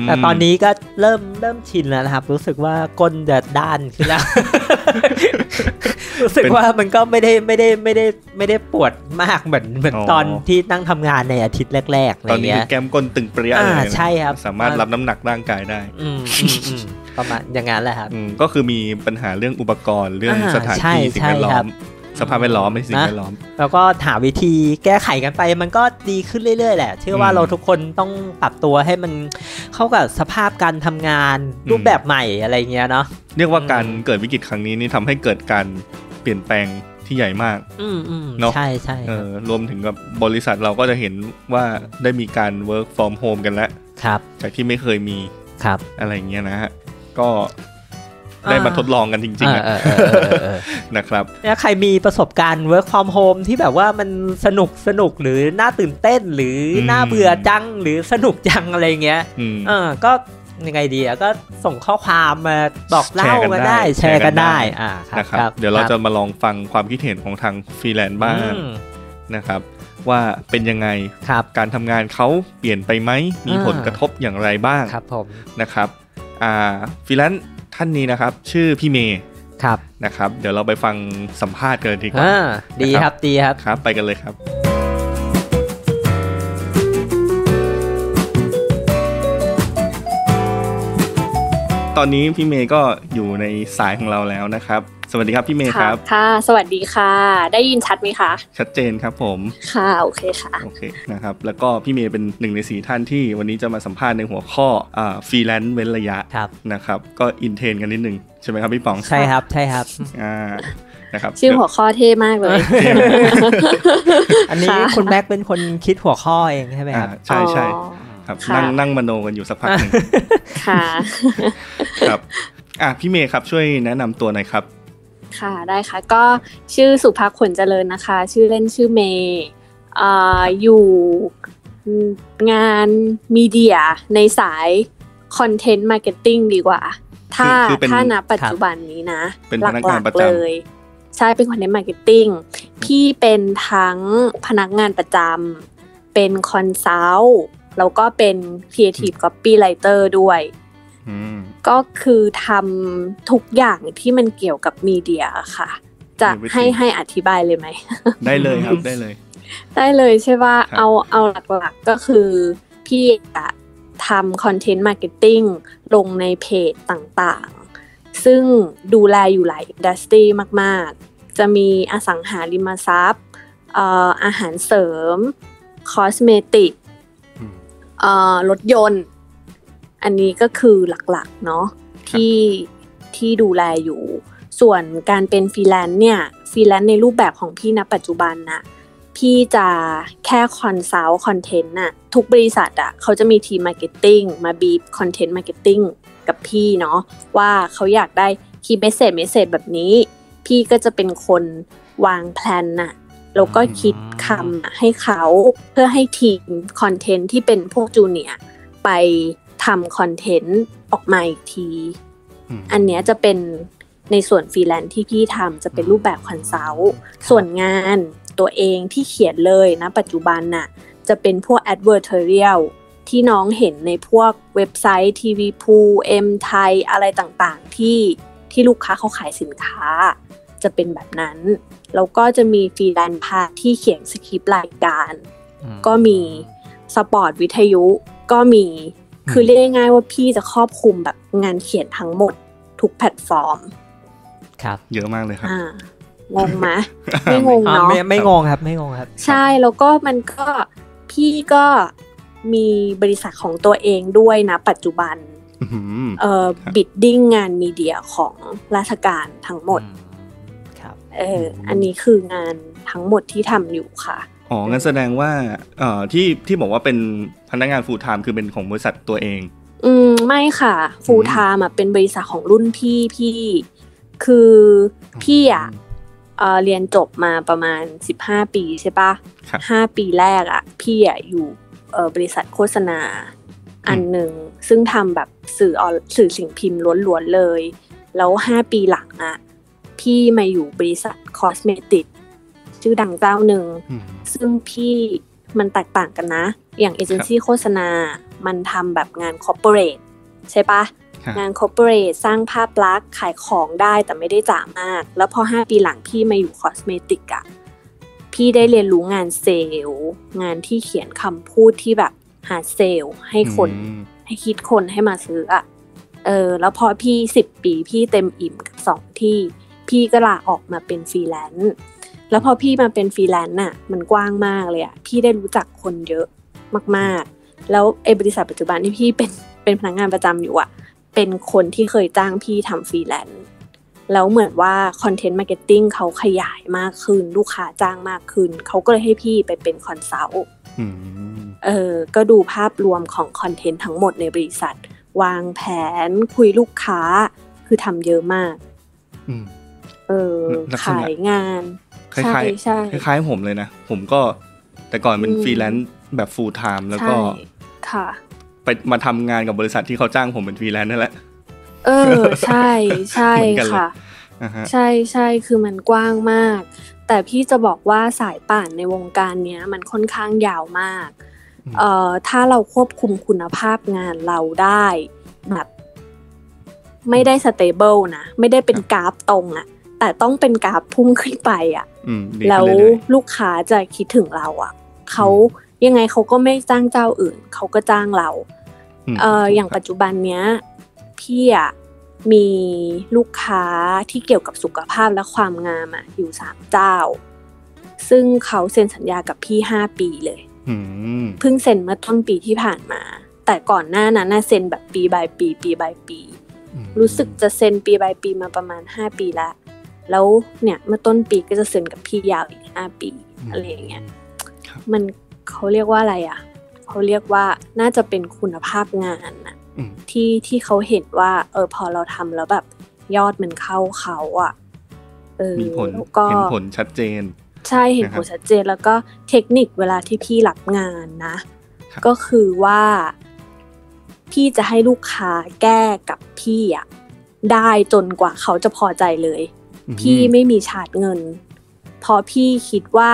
A: ม
B: แต่ตอนนี้ก็เริ่มเริ่มชินแล้วนะครับ รู้สึกว่าก้นจะด้านขึ้นแล้ว รู้สึกว่ามันก็ไม่ได้ไม่ได้ไม่ได้ไม่ได้ปวดมากเหมือนเหมือนตอนที่นั่งทำงานในอาทิตย์แรกๆอะไร
A: ตอนนี้
B: เงี้
A: คื
B: ย
A: อแก้มก้นตึงเปรี้ยเลย
B: อ่า
A: นะ
B: ใช่ครับ
A: สามารถรับน้ำหนักร่างกายได้
B: อืมอืมอืมประมาณอย่างนั้นแหละครับ
A: อืมก็คือมีปัญหาเรื่องอุปกรณ์เรื่อง
B: อ่า
A: สถาน
B: ใช่
A: ที่สิ่งแวดล้อ
B: ใช่ครั
A: ม
B: บ
A: สภาพแวดล้อมไม่สิ่ง
B: นะ
A: แวดล้อม
B: แล้วก็หาวิธีแก้ไขกันไปมันก็ดีขึ้นเรื่อยๆแหละ เชื่อว่า
A: อืม
B: เราทุกคนต้องปรับตัวให้มันเข้ากับสภาพการทำงาน
A: อืม
B: รูปแบบใหม่อะไรเงี้ยเนาะ
A: เรียกว่าการ
B: อืม
A: เกิดวิกฤตครั้งนี้นี่ทำให้เกิดการเปลี่ยนแปลงที่ใหญ่มาก
B: อืมอืม
A: เนอะ
B: ใช่ใช่
A: เออรวมถึงกับบริษัทเราก็จะเห็นว่าได้มีการ work from home กันแล้ว
B: ครับ
A: จากที่ไม่เคยมี
B: ครับ
A: อะไรอย่างเงี้ยนะฮะ ก็ได้มาทดลองกันจริงๆอะ
B: เออเออเออเออเออ
A: นะครับ
B: แล้วใครมีประสบการณ์ work from home ที่แบบว่ามันสนุกสนุกหรือน่าตื่นเต้นหรืออ
A: ม
B: น่าเบื่อจังหรือสนุกจังอะไรเงี้ย
A: อืม
B: เออก็ยังไงดีอะก็ส่งข้อความมาบอกเล่า
A: แชร์กัน
B: กัน
A: ได้
B: ได้ แชร์กันได้
A: แชร์กันได้
B: อ่าครับ
A: นะครับ
B: ครับ
A: เดี๋ยวเราจะมาลองฟังความคิดเห็นของทางฟรีแลนซ์บ้าง
B: อืม
A: นะครับ ว่าเป็นยังไง
B: ครับ
A: การทำงานเขาเปลี่ยนไปไหม มี
B: อ่า
A: ผลกระทบอย่างไรบ้าง
B: ครับผม
A: นะครับอ่าฟรีแลนซ์ท่านนี้นะครับ ชื่อพี่เมย์
B: ครับ
A: นะครับ เดี๋ยวเราไปฟังสัมภาษณ์กันเลยดีกว่า
B: อ่าดี
A: นะค
B: ค
A: รั
B: รับ บดีครับ
A: ครับ ไปกันเลยครับ ตอนนี้พี่เมย์ก็อยู่ในสายของเราแล้วนะครับ สวัสดีครับพี่เมย์ค
C: ค่ะ
A: รับ
C: ค่ะ สวัสดีค่ะ ได้ยินชัดไหมคะ
A: ชัดเจนครับผม
C: ค่ะ โอเคค่ะ
A: โอเคนะครับ แล้วก็พี่เมย์เป็นหนึ่งในสีท่านที่วันนี้จะมาสัมภาษณ์ในหัวข้ออ่าฟรีแลนซ์เว้นระยะ
B: ครับ
A: นะครับ ก็อินเทรนกันนิดหนึ่งใช่ไหมครับพี่ป๋อง
B: ใช่ครับใช่ครับ
A: อ่านะครับ
C: ชื่อหัวข้อเท่มากเลย
A: เดี๋ยว
B: อันนี้
C: ค่ะ
B: คุณแม็กเป็นคนคิดหัวข้อเองใช่ไหมค
A: อ่า
B: รับ
A: ใช่ใช่
C: อ๋อ
A: ครับ
C: ค่ะ
A: นั่งนั่งมโนกันอยู่สักพักห นึ่ง
C: ค่ะ
A: ครับ อ่ะพี่เมย์ครับช่วยแนะนำตัวหน่อยครับ
C: ค่ะได้ค่ะ ก็ชื่อสุภาขนเจริญนะคะ ชื่อเล่นชื่อเมย์อ่าอยู่งานมีเดียในสายคอนเทนต์มาร์เก็ตติ้งดีกว่า ถ้า
A: คือเป็น
C: ถ้าณปัจจุบันนี้นะ
A: เป็นพนัก
C: ห
A: งา
C: ลั
A: น
C: ก
A: ประ
C: ๆ
A: จำ
C: เลย ใช่เป็นคอนเทนต์มาร์เก็ตติ้งพี่เป็นทั้งพนักงานประจำเป็นคอนซัลท์แล้วก็เป็นครีเอทีฟ e อปปี้ไรเตอร์ด้วย
A: อืม
C: ก็คือทำทุกอย่างที่มันเกี่ยวกับมีเดียค่ะ จะ
A: มีวิธี
C: ให้ให้อธิบายเลยไหม
A: ได้เลยครับได้เลย
C: ได้เลยใช่ว่า
A: ครับ
C: เอาเอาหลักๆก็คือพี่จะทำคอนเทนต์มาร์เก็ตติ้งลงในเพจต่างๆ ซึ่งดูแลอยู่หลายอินดัสตรีมากๆ จะมีอสังหาริมทรัพย์เอ่ออาหารเสริม คอสเมติก
A: อืม
C: เอ่อรถยนต์ อันนี้ก็คือหลักๆเนาะ
A: ครับ
C: ที่ที่ดูแลอยู่ ส่วนการเป็นฟรีแลนซ์เนี่ยฟรีแลนซ์ในรูปแบบของพี่ณปัจจุบันน่ะพี่จะแค่คอนซัลท์คอนเทนต์น่ะทุกบริษัทอะเขาจะมีทีมมาร์เก็ตติ้งมาบีบคอนเทนต์มาร์เก็ตติ้งกับพี่เนาะว่าเขาอยากได้คีย์เมสเซจเมสเซจแบบนี้ พี่ก็จะเป็นคนวางแพลนน่ะ แล้วก็คิดคำอะให้เขาเพื่อให้ทีมคอนเทนต์ที่เป็นพวกจูเนียร์ไปทำคอนเทนต์ออกมาอีกที
A: ม
C: อันเนี้ยจะเป็นในส่วนฟรีแลนซ์ที่พี่ทำจะเป็นรูปแบบคอนซัลท์ส่วนงานตัวเองที่เขียนเลยนะปัจจุบันน่ะจะเป็นพวก advertorial ที่น้องเห็นในพวกเว็บไซต์ทีวีพูเอ็มไทยอะไรต่างๆ ที่ที่ลูกค้าเขาขายสินค้า จะเป็นแบบนั้น แล้วก็จะมีฟรีแลนซ์พาร์ทที่เขียนสคริปต์รายการ
B: อืม
C: ก็มีสปอร์ตวิทยุก็มี
B: อืม
C: คือเรียกง่ายๆว่าพี่จะครอบคลุมแบบงานเขียนทั้งหมดทุกแพลตฟอร์ม
B: ครับ
A: เยอะมากเลยครับ
C: อ่างงไหม ไม่งง
B: อ่า
C: เนาะ
B: ไม่ไม่งงครับไม่งงครับ
C: ใช่แล้วก็มันก็พี่ก็มีบริษัทของตัวเองด้วยนะ ปัจจุบัน
A: อื้อหือ
C: เอ่อ
A: ครับ
C: บิดดิ้งงานมีเดียของราชการทั้งหมด
B: อืครับ
C: เอออันนี้คืองานทั้งหมดที่ทำอยู่ค่ะ
A: อ๋องั้นแสดงว่าเอ่อที่ที่บอกว่าเป็นพนักงาน full time คือเป็นของบริษัทตัวเอง
C: อืมไม่ค่ะฟูลไทม์อ่ะเป็นบริษัทของรุ่นพี่พี่คือพี่อ่ะ
A: อืม
C: เอ่อเรียนจบมาประมาณ 15 ปีใช่ปะ
A: ครับ
C: ห้าปีแรกอ่ะพี่อ่ะอยู่เอ่อบริษัทโฆษณา อันหนึ่งซึ่งทำแบบสื่อออนสื่อสิ่งพิมพ์ล้วนๆเลย แล้ว 5 ปีหลังอ่ะพี่มาอยู่บริษัทคอสเมติกชื่อดังเจ้าหนึ่ง
A: อืม
C: ซึ่งพี่มันแตกต่างกันนะ อย่างเอเจนซี่โฆษณา มันทำแบบงานคอร์เปอเรทใช่ปะ
A: ครับ
C: งานคอร์เปอเรทสร้างภาพลักษณ์ขายของได้แต่ไม่ได้จ่ามาก แล้วพอ 5 ปีหลังพี่มาอยู่คอสเมติกอะพี่ได้เรียนรู้งานเซลล์งานที่เขียนคำพูดที่แบบหาเซลล์ให้คน
A: อืม
C: ให้คิดคนให้มาซื้ออะเออ แล้วพอพี่สิบปีพี่เต็มอิ่มกับสองที่ พี่ก็ลาออกมาเป็นฟรีแลนซ์ แล้วพอพี่มาเป็นฟรีแลนซ์น่ะ มันกว้างมากเลยอะพี่ได้รู้จักคนเยอะมากๆ แล้วไอ้บริษัทปัจจุบันที่พี่เป็น เป็นพนักงานประจำอยู่อะเป็นคนที่เคยจ้างพี่ทำฟรีแลนซ์ แล้วเหมือนว่าคอนเทนต์มาร์เก็ตติ้งเขาขยายมากขึ้น ลูกค้าจ้างมากขึ้น เขาก็เลยให้พี่ไปเป็นคอนซัลท์
A: อืม
C: เออก็ดูภาพรวมของคอนเทนต์ทั้งหมดในบริษัท วางแผนคุยลูกค้า คือทำเยอะมาก
A: อืม
C: เออ
A: ลักษณะ
C: ขายงาน
A: คล้าย
C: ใช่ใช่
A: ๆคล้ายๆผมเลยนะ ผมก็แต่ก่อนเป็น
C: อืม
A: ฟรีแลนซ์แบบ full time แล้วก็
C: ใช่ค่ะ
A: ไปมาทำงานกับบริษัทที่เขาจ้างผมเป็นฟรีแลนซ์นั่นแหละ
C: เออ ใช่ใช่
A: เหมือนกันเลย
C: ค่ะ
A: อ่าฮะ
C: ใช่ใช่คือมันกว้างมาก แต่พี่จะบอกว่าสายป่านในวงการเนี้ย มันค่อนข้างยาวมาก
A: อืม
C: เอ่อถ้าเราควบคุมคุณภาพงานเราได้แบบไม่ได้สเตเบิลนะไม่ได้เป็นกราฟตรงอะแต่ต้องเป็นกราฟพุ่งขึ้นไปอะ
A: อืมดีขึ้น
C: แล้ว
A: เรื่อย
C: ลูกค้าจะคิดถึงเราอะเขายังไงเขาก็ไม่จ้างเจ้าอื่น เขาก็จ้างเรา
A: ๆม
C: เอออย่างปัจจุบันเนี้ยพี่อะมีลูกค้าที่เกี่ยวกับสุขภาพและความงามอะอยู่สามเจ้า ซึ่งเขาเซ็นสัญญากับพี่ห้าปีเลย
A: อืม
C: เพิ่งเซ็นเมื่อต้นปีที่ผ่านมา แต่ก่อนหน้านั้นน่ะเซ็นแบบปีบายปีปีบายปี รู้สึกจะเซ็นปีบายปีมาประมาณ 5 ปีแล้ว แล้วเนี่ยเมื่อต้นปีก็จะเซ็นกับพี่ยาวอีก 5 ปี
A: อืม
C: อะไรอย่างเงี้ย
A: ครับ
C: มันเขาเรียกว่าอะไรอ่ะ เขาเรียกว่าน่าจะเป็นคุณภาพงานน่ะ
A: อืม
C: ที่ที่เขาเห็นว่า เออพอเราทำแล้วแบบยอดมันเข้าเขาอ่ะเออ
A: มีผล
C: แล้วก็
A: เห็นผลชัดเจน
C: ใช่เห็นผล
A: นะครับ
C: ชัดเจนแล้วก็เทคนิคเวลาที่พี่รับงานนะ
A: ครับ
C: ก็คือว่าพี่จะให้ลูกค้าแก้กับพี่อ่ะได้จนกว่าเขาจะพอใจเลย
A: อืม
C: พี่ไม่มีชาร์จเงินเพอพี่คิดว่า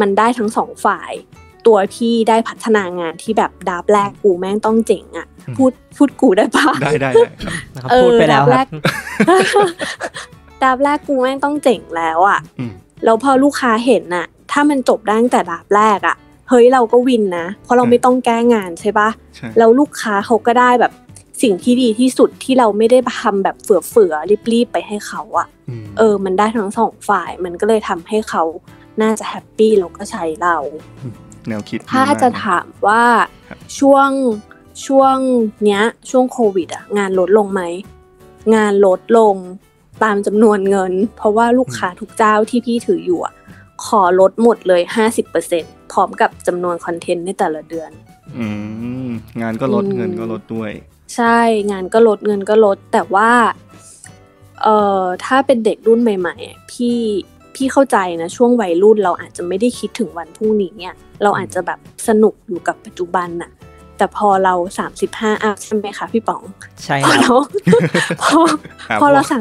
C: มันได้ทั้งสองฝ่าย ตัวที่ได้พัฒนางานที่แบบดาบแรกกูแม่งต้องเจ๋งอะ
A: อืม
C: พูดพูดกูได้ปะ
A: ได้ได้ได้ครับ
B: นะครับ
C: เออ
B: พูดไปแล้วค
C: ดั
B: รั
C: บบ แรก ดาบแรกกูแม่งต้องเจ๋งแล้วอะ
A: อืม
C: แล้วพอลูกค้าเห็นน่ะ ถ้ามันจบได้ตั้งแต่ดาบแรกอะเฮ้ยเราก็วินนะ เพราะเรา
A: ใช่
C: ไม่ต้องแก้งานใช่ปะ
A: ใช่
C: แล้วลูกค้าเขาก็ได้แบบสิ่งที่ดีที่สุดที่เราไม่ได้ทำแบบเฟื่อเฟือๆรีบๆไปให้เขาอะเออ มันได้ทั้งสองฝ่าย มันก็เลยทำให้เขาน่าจะแฮปปี้แล้วก็ใช้เรา
A: แนวคิดดี
C: ถ้าม
A: ก
C: จะถามว่า
A: ครับ
C: ช่วงช่วงเนี้ย ช่วงโควิดอะงานลดลงไหม งานลดลงตามจำนวนเงิน เพราะว่าลูกค้าทุกเจ้าที่พี่ถืออยู่อะขอลดหมดเลย 50%พร้อมกับจำนวนคอนเทนต์ในแต่ละเดือน
A: อืมงานก็ลด
C: อืม
A: เงินก็ลดด้วย
C: ใช่งานก็ลดเงินก็ลด แต่ว่าเอ่อถ้าเป็นเด็กรุ่นใหม่ๆอะพี่พี่เข้าใจนะช่วงวัยรุ่นเราอาจจะไม่ได้คิดถึงวันพรุ่งนี้เนี่ยเราอาจจะแบบสนุกอยู่กับปัจจุบันน่ะ แต่พอเรา 35อัพใช่ไหมคะพี่ป๋อง
B: ใช่
C: พ
B: ค
C: อ
B: รับ
C: เรา พอ
A: ครับ
C: พอเรา 35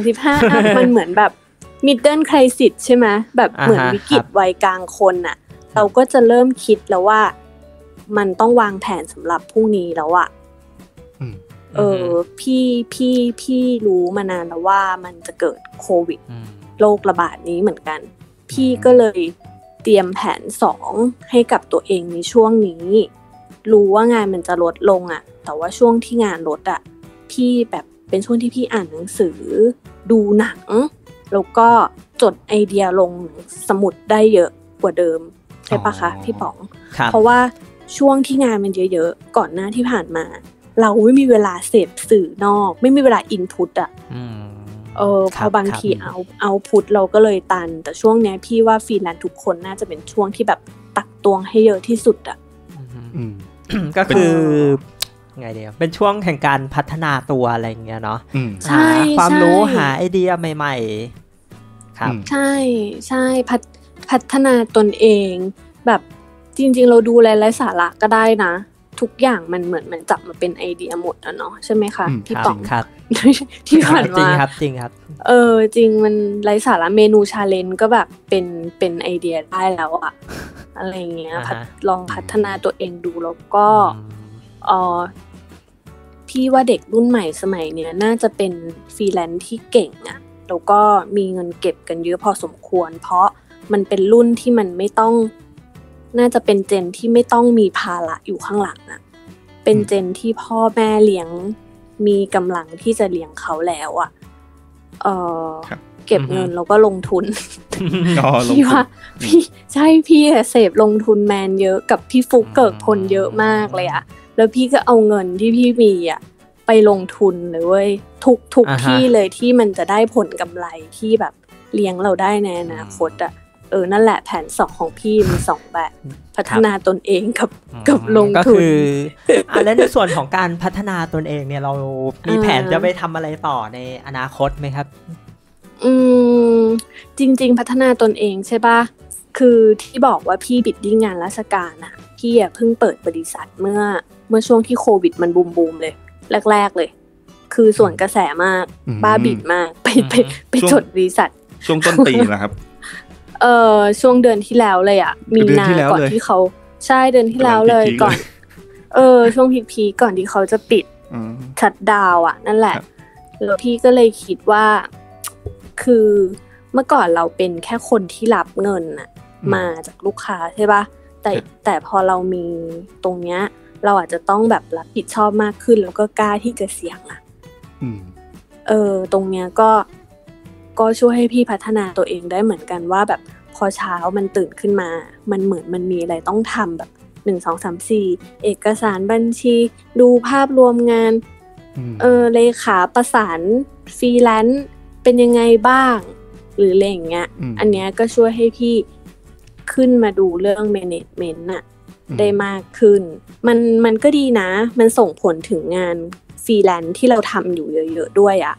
C: อัพมันเหมือนแบบ middle crisis ใช่ไหมแบบเหมือนวิกฤตวัยกลางคนน่ะ เราก็จะเริ่มคิดแล้วว่ามันต้องวางแผนสำหรับพรุ่งนี้แล้วอะ
A: อืม
C: เอออพี่พี่พี่รู้มานานแล้วว่ามันจะเกิดโควิด
B: ม
C: โรคระบาดนี้เหมือนกัน พี่ก็เลยเตรียมแผนสองให้กับตัวเองในช่วงนี้ รู้ว่างานมันจะลดลงอะ่ะ แต่ว่าช่วงที่งานลดอะ่ะ พี่แบบเป็นช่วงที่พี่อ่านหนังสือ ดูหนัง แล้วก็จดไอเดียลงสมุดได้เยอะกว่าเดิม ใช่ปะคะ
A: อ๋อ
C: พี่ป๋อง
B: ครับ
C: เพราะว่าช่วงที่งานมันเยอะๆ ก่อนหน้าที่ผ่านมา เราไม่มีเวลาเสพสื่อนอก ไม่มีเวลาอินพุตอะ
B: อืม
C: เออพ
B: ค
C: อบาง
B: ค
C: ทีเอาเอาพุตเราก็เลยตัน แต่ช่วงเนี้ยพี่ว่าฟรีแลนซ์ทุกคนน่าจะเป็นช่วงที่แบบตักตวงให้เยอะที่สุดอะ
B: อืม
A: อืม
B: ก็คือไงเดียวเป็นช่วงแห่งการพัฒนาตัวอะไรอย่างเงี้ยเนาะ
A: อืม
C: ใช่
B: หาความ
C: ใช่
B: รู้หาไอเดียใหม่ ๆ ครับ
A: อืม
C: ใช่ใช่พัฒพัฒนาตนเอง แบบจริงๆ เราดูอะไรไร้สาระก็ได้นะ ทุกอย่างมันเหมือนมันจับมาเป็นไอเดียหมดอะเนาะใช่ไหมคะ
A: อืม
C: พี่
B: ครั
C: ป๋อง
B: ครับ
C: ที่ผ่าน
B: จริง
C: มา
B: ครับจริงครับ
C: เออจริงมันไร้สาระเมนูชาเลนจ์ก็แบบเป็นเป็นไอเดียได้แล้วอะอะไรอย่างเงี้ย
B: อ่าฮะ
C: พัฒลองพัฒนาตัวเองดูแล้วก็
B: ม
C: เออพี่ว่าเด็กรุ่นใหม่สมัยเนี้ยน่าจะเป็นฟรีแลนซ์ที่เก่งอะแล้วก็มีเงินเก็บกันเยอะพอสมควร เพราะมันเป็นรุ่นที่มันไม่ต้อง น่าจะเป็นเจนที่ไม่ต้องมีภาระอยู่ข้างหลังอะเป็นเจนที่พ่อแม่เลี้ยงมีกำลังที่จะเลี้ยงเขาแล้วอะเออ
A: ครับ
C: เก็บเงินแล้วก็ลงทุน
A: อ๋อลง
C: พี่
A: ทุ
C: ว่าน
A: อืม
C: พี่ใช่พี่อะเสพลงทุนแมนเยอะกับพี่ฟุกเกิกพลเยอะมากเลยอะแล้วพี่ก็เอาเงินที่พี่มีอะไปลงทุนเลยเว้ยทุกทุก
B: อ่าฮะ
C: ที่เลยที่มันจะได้ผลกำไรที่แบบเลี้ยงเราได้ในอนาคตอะเออนั่นแหละแผนสองของพี่มีสองแบบ พัฒนาตนเองกับ กับลงทุ
B: ก็
C: น
B: คืออ่ะแล้วในส่วนของการพัฒนาตนเองเนี่ยเรามีแผน
C: อ่า
B: จะไปทำอะไรต่อในอนาคตไหมครับ
C: อืมจริง ๆ พัฒนาตนเองใช่ปะคือที่บอกว่าพี่บิดดิ้งงานราชการอะพี่อะเพิ่งเปิดบริษัทเมื่อเมื่อช่วงที่โควิดมันบูมบูมๆเลย แรก ๆเลย คือส่วนกระแสมาก
A: อืม
C: บ้าบิดมากไปไป
B: อืม
C: ไป
A: ช่วง
C: จดบริษัท
A: ช่วงต้นปีนะครับ
C: เอ่อช่วงเดือนที่แล้วเลยอะมี
A: เดือน
C: นา
A: ที่แล้ว
C: ก่อน
A: เลย
C: ที่เขาใช่เดือนที่แล้วเลย
A: กำลังพีคๆ
C: ก่อน
A: เลย
C: เออ ช่วงพีคๆก่อนที่เขาจะปิด
A: อืม
C: ชัดดาวน์อ่ะ นั่นแหละ
A: ครับ
C: แล้วพี่ก็เลยคิดว่า คือเมื่อก่อนเราเป็นแค่คนที่รับเงินน่ะ มาจากลูกค้าใช่ปะแต่แต่พอเรามีตรงเนี้ย เราอาจจะต้องแบบรับผิดชอบมากขึ้น แล้วก็กล้าที่จะเสี่ยงอ่ะ
A: อืม
C: เออ ตรงเนี้ยก็ ก็ช่วยให้พี่พัฒนาตัวเองได้เหมือนกันว่าแบบพอเช้ามันตื่นขึ้นมา มันเหมือนมันมีอะไรต้องทำแบบหนึ่งสองสามสี่เอกสารบัญชี ดูภาพรวมงาน เออเลขาประสานฟรีแลนซ์เป็นยังไงบ้าง หรืออะไรอย่างเงี้ย
A: อืม
C: อันเนี้ยก็ช่วยให้พี่ขึ้นมาดูเรื่อง management น่ะได้มากขึ้น มันมันก็ดีนะ มันส่งผลถึงงานฟรีแลนซ์ที่เราทำอยู่เยอะๆด้วยอะ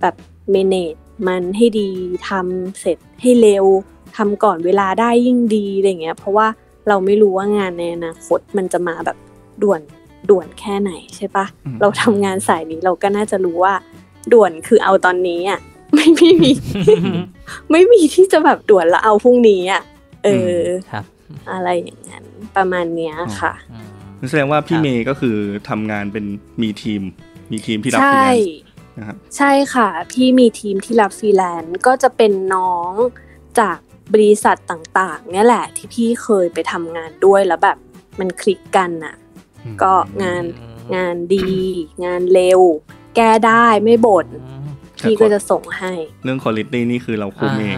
C: แบบ manage มันให้ดีทำเสร็จให้เร็วทำก่อนเวลาได้ยิ่งดีอะไรอย่างเงี้ย เพราะว่าเราไม่รู้ว่างานในอนาคตมันจะมาแบบด่วนด่วนแค่ไหนใช่ปะ
A: อืม
C: เราทำงานสายนี้เราก็น่าจะรู้ว่า ด่วนคือเอาตอนนี้อ่ะ ไม่ ไม่มี ไม่มีที่จะแบบด่วนแล้วเอาพรุ่งนี้อ่ะเอออ
B: ครับ
C: อะไรอย่างนั้นประมาณเนี้ยค่ะ
B: อืม
A: นั่นแสดงว่าพี่
B: ครับ
A: เมย์ก็คือทำงานเป็นมีทีม มีทีมที่รับฟรี
C: ใช่
A: แลนซ์นะครับ
C: ใช่ค่ะ พี่มีทีมที่รับฟรีแลนซ์ก็จะเป็นน้องจากบริษัทต่างๆ เนี่ยแหละที่พี่เคยไปทำงานด้วยแล้วแบบมันคลิกกันน่ะ ก็งานงานดี งานเร็ว แก้ได้ไม่บ่น
B: อืม
C: พี่ก็จะส่งให้
A: เรื่องคุณลิตี้นี่คือเราคุมเอง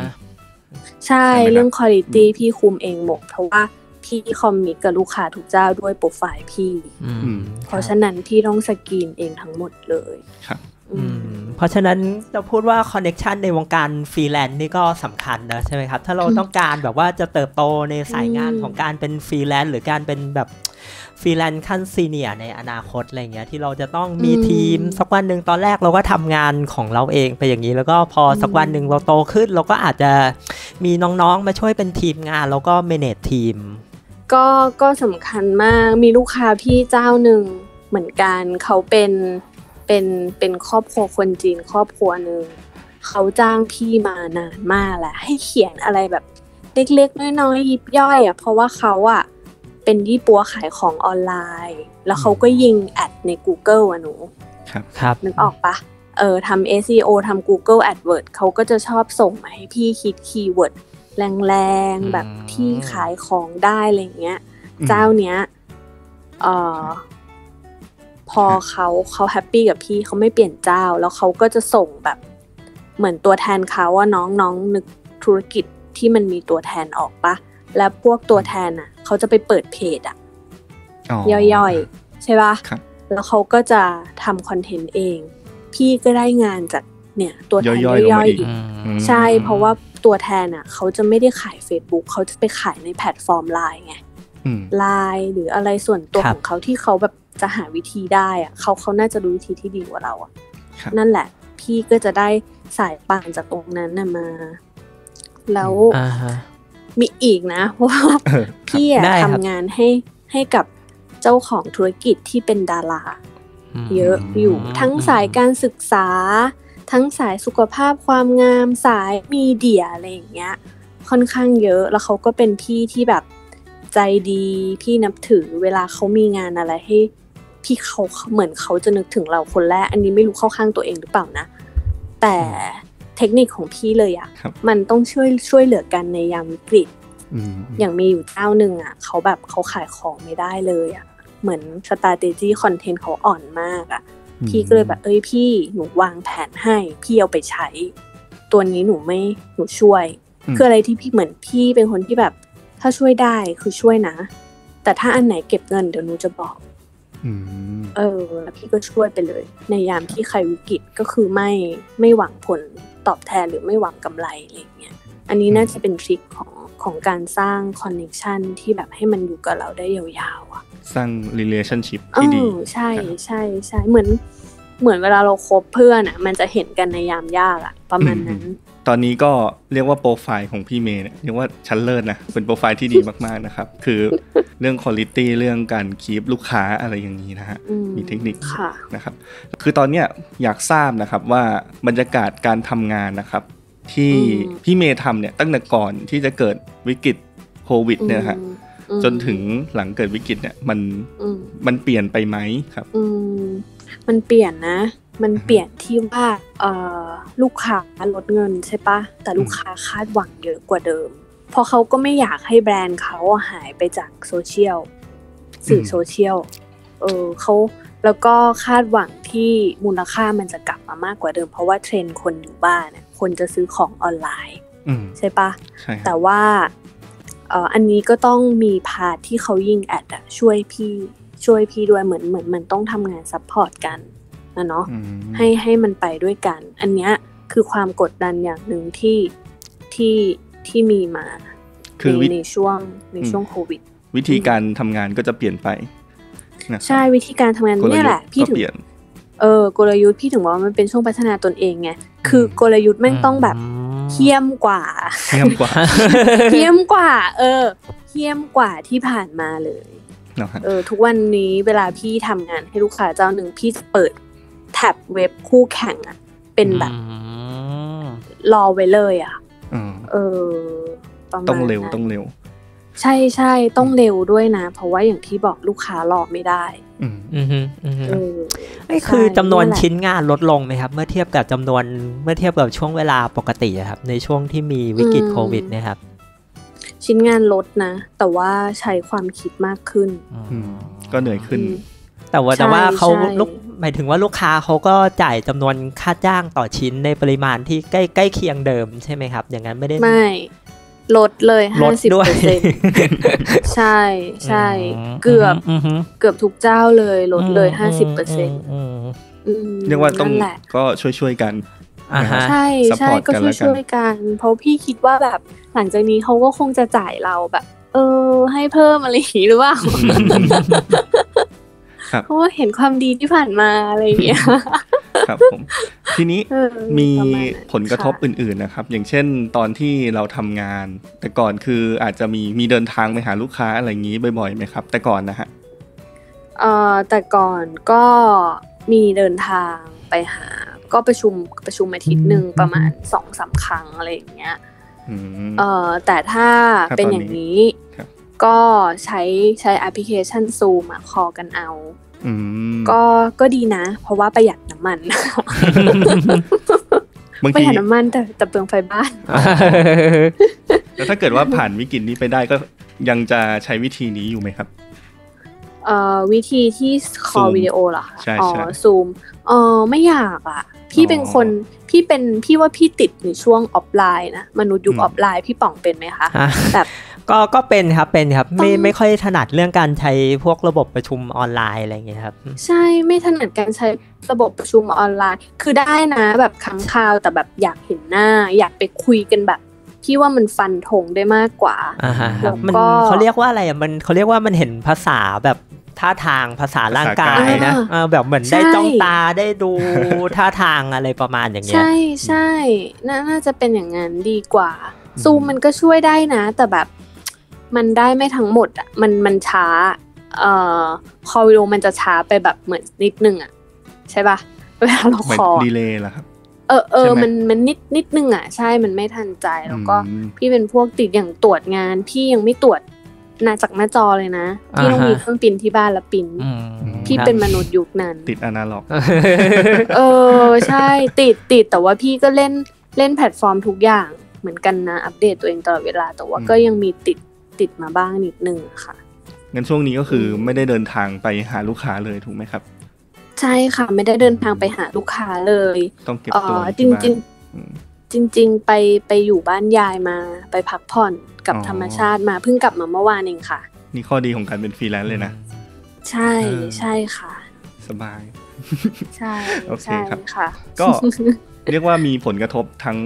C: ใช่
A: ใช่ไหมครับ
C: เรื่องคุณ i t y พี่คุมเองหมดเพราะว่าพี่คอมมิตกับลูกค้าทุกเจ้าด้วยโปรไฟล์พี่
B: อืม
A: อืม
C: เพราะฉะนั้นพี่ต้องสกรีนเองทั้งหมดเลย
A: ครับ
C: อื
B: อื
C: ม
B: มเพราะฉะนั้นจะพูดว่าคอนเน็ชันในวงการฟรีแลนซ์นี่ก็สำคัญนะใช่ไหมครับ ถ้าเรา
C: อืม
B: ต้องการแบบว่าจะเติบโตในสายงาน
C: อืม
B: ของการเป็นฟรีแลนซ์หรือการเป็นแบบฟรีแลนซ์ขั้นซีเนียร์ในอนาคตอะไรเงี้ยที่เราจะต้องมีทีมสักวันหนึ่งตอนแรกเราก็ทำงานของเราเองไปอย่างนี้ แล้วก็พอสักวันหนึ่งเราโตขึ้น เราก็อาจจะมีน้องๆมาช่วยเป็นทีมงานแล้วก็เมเนจทีม
C: ก็ก็สำคัญมากมีลูกค้าพี่เจ้าหนึ่งเหมือนกันเขาเป็นเป็นเป็นครอบครัวคนจีนครอบครัวหนึ่งเขาจ้างพี่มานานมากแหละให้เขียนอะไรแบบเล็กๆน้อยๆยิบย่อยอ่ะเพราะว่าเขาอ่ะเป็นยี่ปัวขายของออนไลน์ แล้วเขาก็ยิงแอดใน Google อ่ะหนู
B: ครับ
C: นึกออกปะเออทำ SEO ทำ Google AdWords เขาก็จะชอบส่งมาให้พี่คิดคีย์เวิร์ดแรง
B: อืม
C: ๆ แบบที่ขายของได้อะไรเงี้ย
A: อืม
C: เจ้าเนี้ยเออพอเขาเขาแฮปปี้กับพี่เขาไม่เปลี่ยนเจ้า แล้วเขาก็จะส่งแบบ เหมือนตัวแทนเขาว่าน้องน้องนึกธุรกิจที่มันมีตัวแทนออกปะแล้วพวกตัวแทนอ่ะ เขาจะไปเปิดเพจอ่ะ ย่อยๆ ใช่ปะ
A: ครับ
C: แล้วเขาก็จะทำคอนเทนต์เอง พี่ก็ได้งานจากเนี่ยตัวแทน
A: ย่
C: ย่
A: อ
C: อย
A: ๆล
C: ย
A: งมาอี
C: ๆ
A: ก
C: อีก
A: อืม
C: ใช่ เพราะว่าตัวแทนอ่ะเขาจะไม่ได้ขาย Facebook เขาจะไปขายในแพลตฟอร์มไลน์ไง
A: อืม
C: ไลน์หรืออะไรส่วนตัว
B: ครั
C: ข
B: บ
C: องเขาที่เขาแบบจะหาวิธีได้อ่ะเขาเขาน่าจะรู้วิธีที่ดีกว่าเราอ่ะ
A: ครับ
C: นั่นแหละ พี่ก็จะได้สายป่านจากตรงนั้นน่ะมา แล้ว
B: อ่าฮะ
C: มีอีกนะ ว่า
A: เออครับ
C: พี่อะ
B: ได้ครับ
C: ทำงานให้ให้กับเจ้าของธุรกิจที่เป็นดารา
B: ม
C: เยอะอยู่
B: อืม
C: ทั้งสายการศึกษา ทั้งสายสุขภาพความงามสายมีเดียอะไรอย่างเงี้ย ค่อนข้างเยอะแล้วเขาก็เป็นพี่ที่แบบใจดีพี่นับถือเวลาเขามีงานอะไรให้ พี่เขาเหมือนเขาจะนึกถึงเราคนแรก อันนี้ไม่รู้เข้าข้างตัวเองหรือเปล่านะ แต่เทคนิคของพี่เลยอะ
A: ครับ
C: มันต้องช่วยช่วยเหลือกันในยามวิกฤต
A: อืม
C: อย่างมีอยู่เจ้าหนึ่งอ่ะเขาแบบเขาขายของไม่ได้เลยอ่ะเหมือนสตาเตจี้คอนเทนต์เขาอ่อนมากอ่ะพี่ก็เลยแบบเอ้ยพี่หนูวางแผนให้ พี่เอาไปใช้ ตัวนี้หนูไม่หนูช่วย คืออะไรที่พี่เหมือนพี่เป็นคนที่แบบ ถ้าช่วยได้คือช่วยนะ แต่ถ้าอันไหนเก็บเงินเดี๋ยวหนูจะบอก
A: อืม
C: เออแล้วพี่ก็ช่วยไปเลย ในยามที่ใครวิกฤตก็คือไม่ไม่หวังผลตอบแทนหรือไม่หวังกำไรอะไรอย่างเงี้ยอันนี้น่าจะเป็นทริคของของการสร้างคอนเน t ชันที่แบบให้มันอยู่กับเราได้ยาวๆอ่ะ
A: สร้าง relationship
C: เอ
A: ที่ดี
C: อใช่
A: ครับ
C: ใช่ใช่เหมือน เหมือนเวลาเราคบเพื่อนอ่ะ มันจะเห็นกันในยามยากอ่ะ ประมาณนั้น
A: ตอนนี้ก็เรียกว่าโปรไฟล์ของพี่เมย์เนี่ยเรียกว่าชั้นเลิศนะ เป็นโปรไฟล์ที่ดีมากๆนะครับ คือเรื่องคุณลิตี้เรื่องการคีปลูกค้าอะไรอย่างนี้นะฮะ
C: อื
A: มีเทคนิค
C: ค่ะ
A: นะครับ คือตอนเนี้ยอยากทราบนะครับว่าบรรยากาศการทำงานนะครับ ที่
C: อืม
A: พี่เมย์ทำเนี่ยตั้งแต่ก่อนที่จะเกิดวิกฤตโควิดเนี่ยนะฮะ
C: อืมอืม
A: จนถึงหลังเกิดวิกฤตเนี่ยมัน
C: อืม
A: มันเปลี่ยนไปไหมครับ
C: อืมมันเปลี่ยนนะ มันเปลี่ยนที่ว่าเอ่อลูกค้าลดเงินใช่ปะ แต่ลูกค้าคาดหวังเยอะกว่าเดิม เพราะเขาก็ไม่อยากให้แบรนด์เขาหายไปจากโซเชียล สื่อโซเชียล เออเขาแล้วก็คาดหวังที่มูลค่ามันจะกลับมามากกว่าเดิม เพราะว่าเทรนด์คนอยู่บ้านน่ะคนจะซื้อของออนไลน์
A: อืม
C: ใช่ปะ
A: ใช่ครับ
C: แต่ว่าเอ่ออันนี้ก็ต้องมีพาร์ทที่เขายิงแอดอะช่วยพี่ช่วยพี่ด้วยเหมือนเหมือนมันต้องทำงานซัพพอร์ตกันนะเนาะ
A: อืม
C: ให้ให้มันไปด้วยกัน อันเนี้ยคือความกดดันอย่างหนึ่งที่ที่ที่มีมา
A: คือ
C: ใน
A: วิ
C: ในช่วงในช่วงโควิด
A: วิธีการทำงานก็จะเปลี่ยนไปนะครับ
C: ใช่วิธีการทำงาน
A: กล
C: เนี่ย
A: ยุ
C: แห
A: ท
C: ละ
A: ธ์
C: พี่
A: ก็
C: ถึ
A: เป
C: ง
A: ลี่ยน
C: เออกลยุทธ์พี่ถึงบอกว่ามันเป็นช่วงพัฒนาตนเองไงคือกลยุทธ์แม่งต้องแบบเขี้ยมกว่า
A: เงียบกว่า
C: เทียมกว่า เออเทียมกว่าที่ผ่านมาเลย
A: เนาะฮะ
C: เออ ทุกวันนี้เวลาพี่ทำงานให้ลูกค้าเจ้าหนึ่งพี่จะเปิดแท็บเว็บคู่แข่งอะเป็นแบบ
B: อืม
C: รอไว้เลยอะ
A: อืม
C: เออประมาณ
A: ต้องเร็ว
C: นั้น
A: ต้องเร็ว
C: ใช่ใช่ต้องเร็วด้วยนะ เพราะว่าอย่างที่บอกลูกค้ารอไม่ได้
A: อืม
B: อือฮึอือฮึ
C: เออ
B: ไอ้คือ
C: ใช่
B: จำนวน
C: นั่นแหละ
B: ชิ้นงานลดลงไหมครับ เมื่อเทียบกับจำนวนเมื่อเทียบกับช่วงเวลาปกติอะครับ ในช่วงที่มีวิกฤตโควิดเนยครับ
C: ชิ้นงานลดนะ แต่ว่าใช้ความคิดมากขึ้น
A: อืมก็เหนื่อยขึ้น
C: อืม
B: แต่ว่า
C: ใช่
B: แต่ว่าเขา
C: ใช่
B: ลูกหมายถึงว่าลูกค้าเขาก็จ่ายจำนวนค่าจ้างต่อชิ้นในปริมาณที่ใกล้ใกล้เคียงเดิมใช่ไหมครับ อย่างนั้นไม่ได้
C: ไม่ ลดเลย
B: ล
C: ห้า
B: ด
C: สิบ
B: ด้วย
C: เปอร์เซ็น ใช่ใช่
B: อืม
C: เกือบ
B: อืมอืม
C: เกือบทุกเจ้าเลยลดเลย
B: ม
C: ห้าสิบเปอร์เซ็นต์
B: อืมอืม
A: เรียกว่าต้อง
C: นั่นแหละ
A: ก็ช่วยๆกัน
B: อ่าฮะ
C: ใช่ใช่
A: support
C: ก็
A: กัน
C: ช่ว
A: แล้กัน
C: ยวช่วยๆกัน เพราะพี่คิดว่าแบบหลังจากนี้เขาก็คงจะจ่ายเราแบบ เออ ให้เพิ่มอะไรอย่างนี้หรือเปล่า
A: ครับ
C: เพราะว่าเห็นความดีที่ผ่านมาอะไรอย่างเงี้ย
A: ครับผมทีนี้
C: เออ
A: มี
C: ประาณนั้น
A: ผลกระทบ
C: ค่
A: อื่นๆนะครับ อย่างเช่นตอนที่เราทำงาน แต่ก่อนคืออาจจะมีมีเดินทางไปหาลูกค้าอะไรอย่างนี้บ่อยๆไหมครับ แต่ก่อนนะฮะ
C: เอ่อแต่ก่อนก็มีเดินทางไปหา ก็ประชุมประชุมอาทิตย์หนึ่งประมาณสองสามครั้งอะไรอย่างเงี้ย
A: อืม
C: เอ่อแต่ถ้า
A: ถ้า
C: เป็น
A: ตอน
C: อย่าง
A: นี้
C: นี้
A: ครับ
C: ก็ใช้ใช้แอปพลิเคชัน Zoom อะคอกันเอา
A: อืม
C: ก็ก็ดีนะ เพราะว่าประหยัดน้ำมัน
A: บาง
C: ประ
A: ที
C: หยัดน้ำมันแต่แต่เปลืองไฟบ้าน
A: แล้วถ้าเกิดว่า ผ่านวิกฤตนี้ไปได้ก็ยังจะใช้วิธีนี้อยู่ไหมครับ
C: เอ่อวิธีที่คอ
A: Zoom
C: วิดีโอเหรอคะ
A: ใช่
C: อ๋อ
A: ใช่
C: ซูมเออไม่อยากอ่ะ พี่
A: อ๋อ
C: เป็นคนพี่เป็นพี่ว่าพี่ติดในช่วงออฟไลน์นะ มนุษย์ยุค
A: อื
C: อ
A: ม
C: อฟไลน์พี่ป่องเป็นไหมคะ
B: อ่ะ
C: แบบ
B: ก็ก็เป็นครับเป็นครับ ไม่
C: ต้อง
B: ไม่ค่อยถนัดเรื่องการใช้พวกระบบประชุมออนไลน์อะไรอย่างเงี้ยครับ
C: ใช่ไม่ถนัดการใช้ระบบประชุมออนไลน์ คือได้นะแบบครั้งคราวแต่แบบอยากเห็นหน้า อยากไปคุยกันแบบ พี่ว่ามันฟันธงได้มากกว่า
B: อ่าฮะครับมัน
C: แล้วก็
B: เขาเรียกว่าอะไรอ่ะมันเขาเรียกว่ามันเห็นภาษาแบบท่าทางภาษาร่างกายนะ
C: อ่า
B: เออแบบเหมือนได้
C: ใช่
B: จ้องตาได้ดูท่าทางอะไรประมาณอย่างเงี้ย
C: ใช่ใช่นาน่าจะเป็นอย่างนั้นดีกว่า
B: อืม
C: ซูมมันก็ช่วยได้นะ แต่แบบมันได้ไม่ทั้งหมดอ่ะมันมันช้า เอ่อคอวิดีโอมันจะช้าไปแบบเหมือนนิดนึงอ่ะใช่ปะเวลาเรา
A: หมาย
C: คอ
A: ดีเลย์เหรอครับ
C: เออเออ
A: ใช่ไหม
C: มันมันนิดนิดนึงอ่ะใช่มันไม่ทันใจแล้วก็
A: อืม
C: พี่เป็นพวกติดอย่างตรวจงาน พี่ยังไม่ตรวจหนาจากหน้าจอเลยนะพี่ต้อง
B: อ่าฮะ
C: มีเครื่องปรินที่บ้านและปริน
B: อืม
C: พี่
B: ครับ
C: เป็นมนุษย์ยุคนั้น
A: ติดอนาล็อก
C: เออใช่ติดติดแต่ว่าพี่ก็เล่นเล่นแพลตฟอร์มทุกอย่างเหมือนกันนะ อัปเดตตัวเองตลอดเวลา แต่ว่า
A: อืม
C: ก็ยังมีติดติดมาบ้างนิดนึงอะค่ะ
A: งั้นช่วงนี้ก็คือไม่ได้เดินทางไปหาลูกค้าเลยถูกไหมครับ
C: ใช่ค่ะไม่ได้เดินทางไปหาลูกค้าเลย
A: ต้องเก็บ
C: เอ
A: ตัว
C: อ
A: อยู่
C: จ
A: ที่บ้าน
C: ริง
A: อืม
C: ๆจริง ๆ ไปไปอยู่บ้านยายมา ไปพักผ่อนกับ
A: อ๋อ
C: ธรรมชาติมาเพิ่งกลับมาเมื่อวานเองค่ะ
A: นี่ข้อดีของการเป็นฟรีแลนซ์เลยนะ
C: ใช่
B: เออ
C: ใช่ค่ะ
A: สบาย
C: ใช่
A: โอเค
C: ใช่
A: ครับ
C: ค่ะ
A: ก็ เรียกว่ามีผลกระทบทั้ง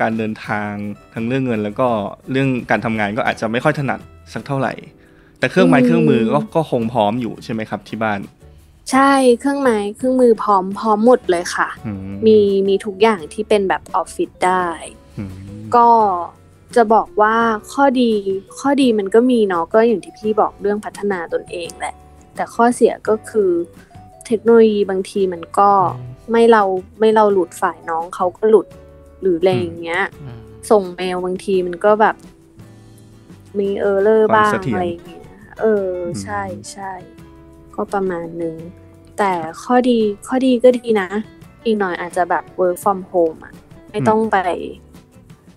A: การเดินทางทั้งเรื่องเงิน แล้วก็เรื่องการทำงานก็อาจจะไม่ค่อยถนัดสักเท่าไหร่ แต่เครื่องไม้
C: อืม
A: เครื่องมือก็ก็คงพร้อมอยู่ใช่ไหมครับที่บ้าน
C: ใช่เครื่องไม้เครื่องมือพร้อมพร้อมหมดเลยค่ะ
A: อื
C: มีมีทุกอย่างที่เป็นแบบออฟฟิศได้
A: อืม
C: ก็จะบอกว่าข้อดีข้อดีมันก็มีเนาะก็อย่างที่พี่บอกเรื่องพัฒนาตนเองแหละ แต่ข้อเสียก็คือเทคโนโลยีบางทีมันก็ไม่เราไม่เราหลุดฝ่ายน้องเขาก็หลุดหรืออะไรอย่างเงี้ย ส่งเมลบางทีมันก็แบบ มีเออร์เลอร์บ้างอะไรอย่างเงี้ย เออ ใช่ใช่ก็ประมาณนึง แต่ข้อดีข้อดีก็ดีนะ อีกหน่อยอาจจะแบบ work from home อ่ะ ไม่ต้องไป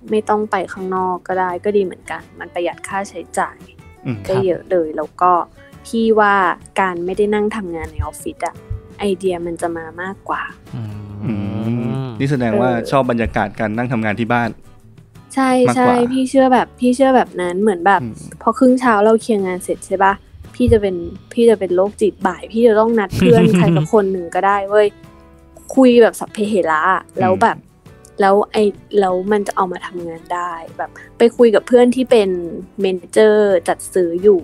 C: ไม่ต้องไปข้างนอกก็ได้ก็ดีเหมือนกัน มันประหยัดค่าใช้จ่าย
A: อืม
C: ได้เยอะเลย แล้วก็พี่ว่าการไม่ได้นั่งทำงานในออฟฟิศอะไอเดียมันจะมามากกว่า
B: อืม
A: อืมนี่แสดงว่า
C: เออ
A: ชอบบรรยากาศการนั่งทำงานที่บ้าน
C: ใช่
A: มากก
C: ใช่
A: ว่า
C: พี่เชื่อแบบพี่เชื่อแบบนั้นเหมือนแบบ
A: อืม
C: พอครึ่งเช้าเราเคลียร์งานเสร็จใช่ปะพี่จะเป็นพี่จะเป็นโรคจิตบ่าย พี่จะต้องนัดเพื่อน ใครสักคนหนึ่งก็ได้เว้ยคุยแบบสัพเพเหระอะแล้วแบบ แล้วไอแล้วมันจะเอามาทำงานได้แบบ ไปคุยกับเพื่อนที่เป็นเมนเจอร์จัดซื้ออยู่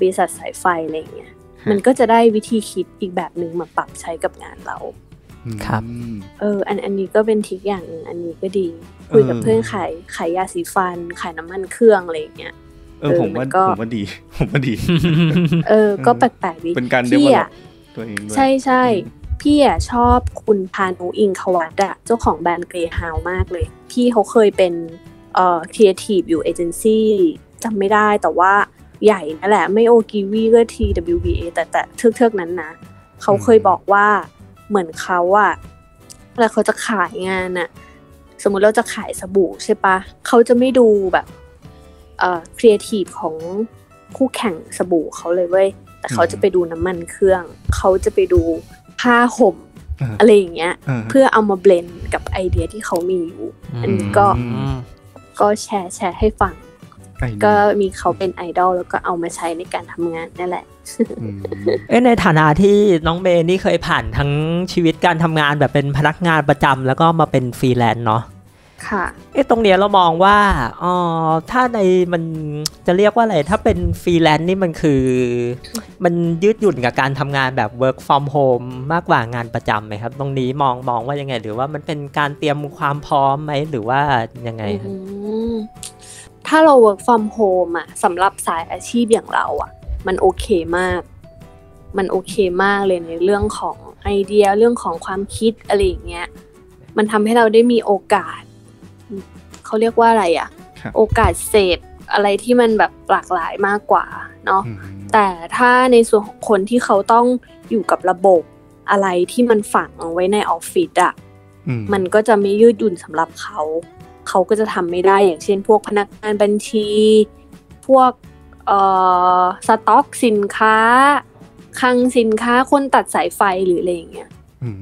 C: บริษัทสายไฟอะไรอย่างเงี้ย
A: ฮะ
C: มันก็จะได้วิธีคิดอีกแบบหนึ่งมาปรับใช้กับงานเรา
A: อืม
B: ครับ
C: เออ อันอันนี้ก็เป็นทริกอย่างหนึ่งอันนี้ก็ดี คุยกับ
A: เออ
C: เพื่อนขายขายยาสีฟัน ขายน้ำมันเครื่องอะไรอย่างเงี้ย
A: เออผมว่า
C: เออมันก็
A: ผมว่าดี ผมว่าดี
C: เออ ก็
A: เออ
C: แปลกๆดี
A: เป็นการเดเว
C: พี่
A: ล
C: อ่ะ
A: ตัวเองด้วย
C: ใช่ใช่พี่อ่ะชอบคุณพานุอิงควัตอะเจ้าของแบรนด์เกรฮาวมากเลย พี่เขาเคยเป็นเอ่อครีเอทีฟอยู่เอเจนซี่ จำไม่ได้แต่ว่าใหญ่นั่นแหละ ไม่โอกิวีก็ TWBA แต่แต่เทือกเทือกๆนั้นนะเขาเคยบอกว่าเหมือนเขาอะเวลาเขาจะขายงานอะสมมุติเราจะขายสบู่ใช่ปะเขาจะไม่ดูแบบเอ่อครีเอทีฟของคู่แข่งสบู่เขาเลยเว้ยแต่เขาจะไปดูน้ำมันเครื่อง เขาจะไปดูผ้าห่ม
A: อ่า
C: อะไรอย่างเงี้ย
A: ม
C: เพื่อเอามาเบลนด์กับไอเดียที่เขามีอยู่ อันนี้ก็
A: อื ม
C: ก็แชร์แชร์ให้ฟัง
A: ไอ้นี่
C: ก็มีเขาเป็นไอดอลแล้วก็เอามาใช้ในการทำงานนั่นแหละ
A: อืม
B: เอ้ยในฐานะที่น้องเมย์นี่เคยผ่านทั้งชีวิตการทำงานแบบเป็นพนักงานประจำแล้วก็มาเป็นฟรีแลนซ์เนาะ
C: ค่ะ
B: เอ๊ะตรงเนี้ยเรามองว่าอ๋อถ้าในมันจะเรียกว่าอะไร ถ้าเป็นฟรีแลนซ์นี่มันคือ มันยืดหยุ่นกับการทำงานแบบ work from home มากกว่างานประจำไหมครับ ตรงนี้มองมองว่ายังไง หรือว่ามันเป็นการเตรียมความพร้อมไหมหรือว่ายังไงครับ
C: อืมถ้าเรา work from home อะสำหรับสายอาชีพอย่างเราอะมันโอเคมาก มันโอเคมากเลยในเรื่องของไอเดียเรื่องของความคิดอะไรอย่างเงี้ย มันทำให้เราได้มีโอกาส เขาเรียกว่าอะไรอะ
A: ครับ
C: โอกาสเสพอะไรที่มันแบบหลากหลายมากกว่าเนาะ
A: อืม
C: แต่ถ้าในส่วนของคนที่เขาต้องอยู่กับระบบอะไรที่มันฝังเอาไว้ในออฟฟิศอะ
A: อืม
C: มันก็จะไม่ยืดหยุ่นสำหรับเขา เขาก็จะทำไม่ได้อย่างเช่น พวกพนักงานบัญชี พวกเอ่อสต็อกสินค้าคลังสินค้าคนตัดสายไฟหรืออะไรอย่างเงี้ย
A: อืม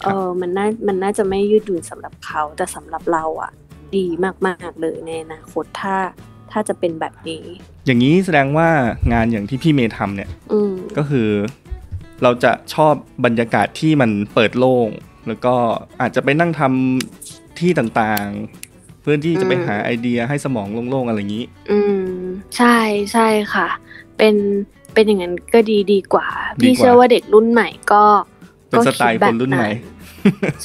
A: ค
C: เอ
A: รับ
C: อมันน่ามันน่าจะไม่ยืดหยุ่นสำหรับเขา แต่สำหรับเราอะดีมากๆเลยในอนาคตถ้าถ้าจะเป็นแบบนี้
A: อย่างนี้แสดงว่างานอย่างที่พี่เมย์ทำเนี่ย
C: อืม
A: ก็คือเราจะชอบบรรยากาศที่มันเปิดโล่ง แล้วก็อาจจะไปนั่งทำที่ต่างๆ เพื่อที่จะไปหาไอเดียให้สมองโล่งๆอะไรอย่างนี้
C: อืมใช่ใช่ค่ะ เป็นเป็นอย่างนั้นก็ดีดีกว่า
A: ดีกว่า
C: พี่เชื่อว่าเด็กรุ่นใหม่ก็
A: เป็น
C: ก็
A: สไตล์คนรุ่นใหม่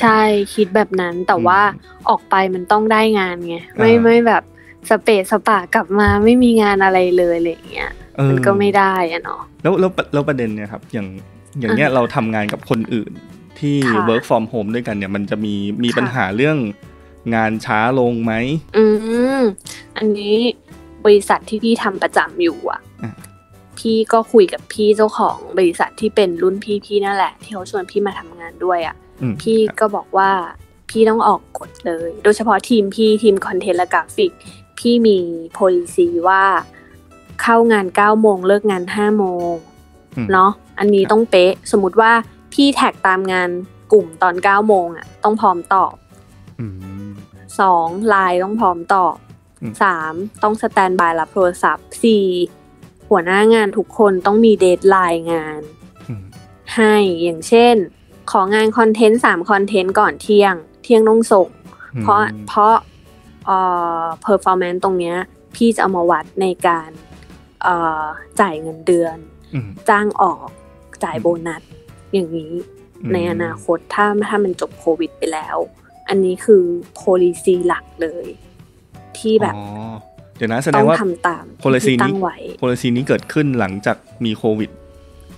C: ใช่คิดแบบนั้นแต่
A: อืม
C: ว่าออกไปมันต้องได้งานไงไม่
A: อ่า
C: ไม่แบบสเปซสปากลับมาไม่มีงานอะไรเลยอะไรอย่างเงี้ย
A: เออ
C: มันก็ไม่ได้อะเนาะ
A: แล้วแล้วแล้วประเด็นเนี่ยครับ อย่างอย่างเนี้ยเราทำงานกับคนอื่นที่
C: ค่ะ
A: work from home ด้วยกันเนี่ย มันจะมีมีปัญหาเรื่องงานช้าลงไหม
C: อืมอันนี้บริษัทที่พี่ทำประจำอยู่อ่ะ
A: อ่ะ
C: พี่ก็คุยกับพี่เจ้าของบริษัทที่เป็นรุ่นพี่พี่นั่นแหละ ที่เขาชวนพี่มาทำงานด้วยอ่ะ
A: อืม
C: พี่
A: ครับ
C: ก็บอกว่าพี่ต้องออกกฎเลย โดยเฉพาะทีมพี่ทีมคอนเทนต์และกราฟิก พี่มี policy ว่าเข้างาน 9 โมงเลิกงาน 5 โมง
A: อืม
C: เนาะอันนี้
A: ครับ
C: ต้องเป๊ะ สมมติว่าพี่แท็กตามงานกลุ่มตอน 9 โมงอ่ะต้องพร้อมตอบ
A: อืม
C: 2. ลายต้องพร้อมตอบ
A: อืม
C: 3. ต้องสแตนบายรับโทรศัพท์ 4. หัวหน้างานทุกคนต้องมีเดทไลน์งาน
A: อืม
C: ให้อย่างเช่น ของานคอนเทนต์สามคอนเทนต์ก่อนเที่ยง เที่ยงต้องส่ง เพราะเพราะเอ่อ performance ตรงเนี้ยพี่จะเอามาวัดในการเอ่อจ่ายเงินเดือน
A: อืม
C: จ้างออกจ่ายโบนัส อย่างนี้ในอนาคตถ้าถ้ามันจบโควิดไปแล้ว อันนี้คือ policy หลักเลย ที่แบบ
A: อ๋อเดี๋ยวนะแสด
C: ต้
A: ง
C: อง
A: ว่า
C: ทำตามที่
A: policy
C: ตั้
A: นี้
C: งไว้
A: policy นี้เกิดขึ้นหลังจากมีโควิด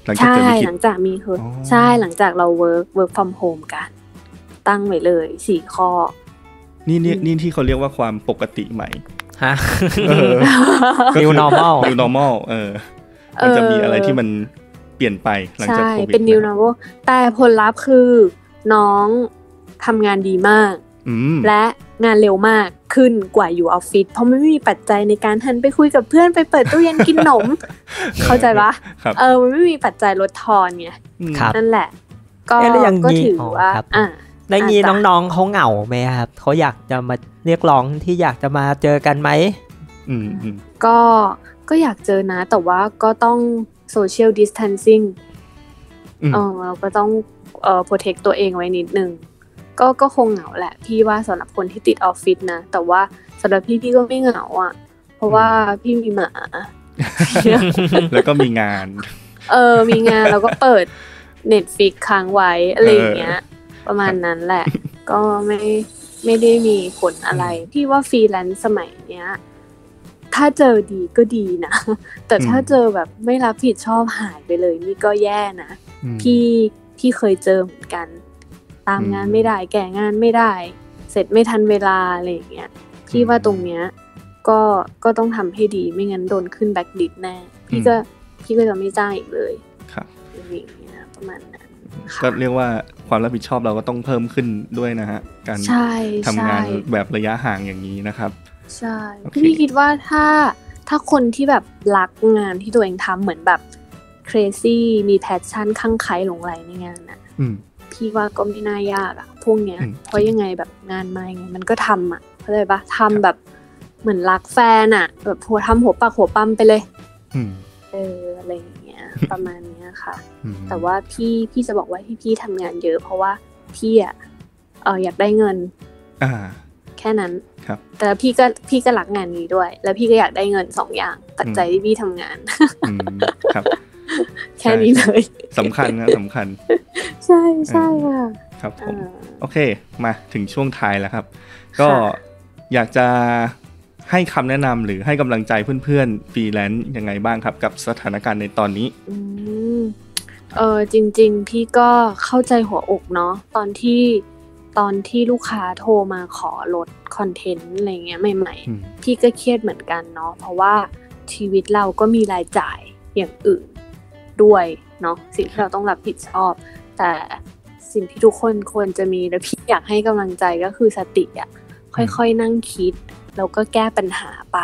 A: หลังจาก
C: ใช่
A: เกิดวิกฤ
C: ห
A: ต
C: ลังจากมีคืออ
A: อ
C: ใช่หลังจากเรา work work from home กัน ตั้งไว้เลยสี่ข้อ
A: นี่นี่นี่ที่เขาเรียกว่าความปกติใหม่
B: ฮะ
A: เออ ก็คือ
B: New normal
A: new normal เออ มันจะมีอะไรที่มันเปลี่ยนไปหลังจาก
C: ใช่
A: โควิด
C: เป็น new
A: ะครับ
C: normal แต่ผลลัพธ์คือน้องทำงานดีมาก
A: อืม
C: และงานเร็วมากขึ้นกว่าอยู่ออฟฟิศเพราะไม่มีปัจจัยในการทันไปคุยกับเพื่อนไปเปิดตู้เย็นกินขน ม เข้าใจปะ
A: ครับ
C: เออมันไม่มีปัจจัยลดทอนไง
B: ครับ
C: นั่นแหละ ก็
B: เอ๊ะแล้วอย่าง
C: ก็
B: นี้
C: ถืออ
B: อ
C: ว่า
B: ครับ
C: อ่ะ
B: แล้วงี้
C: อาจจะ
B: น้องๆเขาเหงาไหมครับเขาอยากจะมาเรียกร้องที่อยากจะมาเจอกันไหม
A: อืมอืม
C: ก็ก็อยากเจอนะ แต่ว่าก็ต้อง social distancing
A: อืม
C: เออเราก็ต้องเอ่อ protect ตัวเองไว้นิดนึง ก็ก็คงเหงาแหละ พี่ว่าสำหรับคนที่ติดออฟฟิศนะ แต่ว่าสำหรับพี่พี่ก็ไม่เหงาอ่ะ เพราะว่าพี่มีหมา
A: แล้วก็มีงาน
C: เออ มีงานเราก็เปิด Netflix ค้างไว้อะไรอย่างเงี้ย ประมาณนั้นแหละ ก็ไม่ไม่ได้มีผลอะไร พี่ว่าฟรีแลนซ์สมัยเนี้ย ถ้าเจอดีก็ดีนะ แต่ถ้า
A: อืม
C: เจอแบบไม่รับผิดชอบหายไปเลยนี่ก็แย่นะ
A: อืม
C: พี่พี่เคยเจอเหมือนกัน ตาม
A: อืม
C: งานไม่ได้แก่งานไม่ได้ เสร็จไม่ทันเวลาอะไรอย่างเงี้ยพี่
A: อืม
C: ว่าตรงเนี้ย ก็ก็ต้องทำให้ดีไม่งั้นโดนขึ้นแบ็กดิสแน่พี่ก็พี่ก็จะไม่จ้างอีกเลย
A: ครับ
C: อะไรอย่างเงี้ยประมาณนั้น
A: ก็
C: ค่ะ
A: เรียกว่าความรับผิดชอบเราก็ต้องเพิ่มขึ้นด้วยนะฮะการ
C: ใช่
A: ทำงาน
C: ใช่
A: แบบระยะห่างอย่างนี้นะครับ
C: ใช่
A: โอเค
C: พี่คิดว่าถ้าถ้าคนที่แบบรักงานที่ตัวเองทำเหมือนแบบ crazy มีแพชชั่นข้างใครหลงไหลในงานน่ะ
A: อืม
C: พี่ว่าก็ไม่น่ายากอะพวกเนี้ย
A: อืม
C: เพราะยังไงแบบงานมายังไงมันก็ทำอะเข้าใจปะทำแบบเหมือนรักแฟนอะแบบหัวทำหัวปากหัวปั๊มไปเลย
A: อืม
C: เอออะไรอย่างเงี้ ย ประมาณเนี้ยค่ะ
A: อืม
C: แต่ว่าพี่พี่จะบอกว่าที่พี่ทำงานเยอะ เพราะว่าพี่อะเอออยากได้เงิน
A: อ่า
C: แค่นั้น
A: ครับ
C: แต่พี่ก็พี่ก็รักงานนี้ด้วย แล้วพี่ก็อยากได้เงินสองอย่างปัจจัยที่พี่ทำงาน
A: อืมครับ
C: แค่นี้เลย
A: สำคัญ นะสำคัญ
C: ใช่ใช่ค่ะ
A: ครับผม
C: อ่า
A: โอเค มาถึงช่วงท้ายแล้วครับ ก็
C: ค่ะ
A: อยากจะให้คำแนะนำหรือให้กำลังใจเพื่อนๆฟรีแลนซ์ยังไงบ้างครับ กับสถานการณ์ในตอนนี้
C: อืมเออจริง ๆ พี่ก็เข้าใจหัวอกเนาะตอนที่ตอนที่ลูกค้าโทรมาขอลดคอนเทนต์อะไรเงี้ยใหม่
A: อืม
C: ๆ พี่ก็เครียดเหมือนกันเนาะเพราะว่าชีวิตเราก็มีรายจ่ายอย่างอื่นด้วยเนาะสิ่งที่เราต้องรับผิดชอบ แต่สิ่งที่ทุกคนควรจะมีและพี่อยากให้กำลังใจก็คือสติอะค่อยๆนั่งคิด แล้วก็แก้ปัญหาไป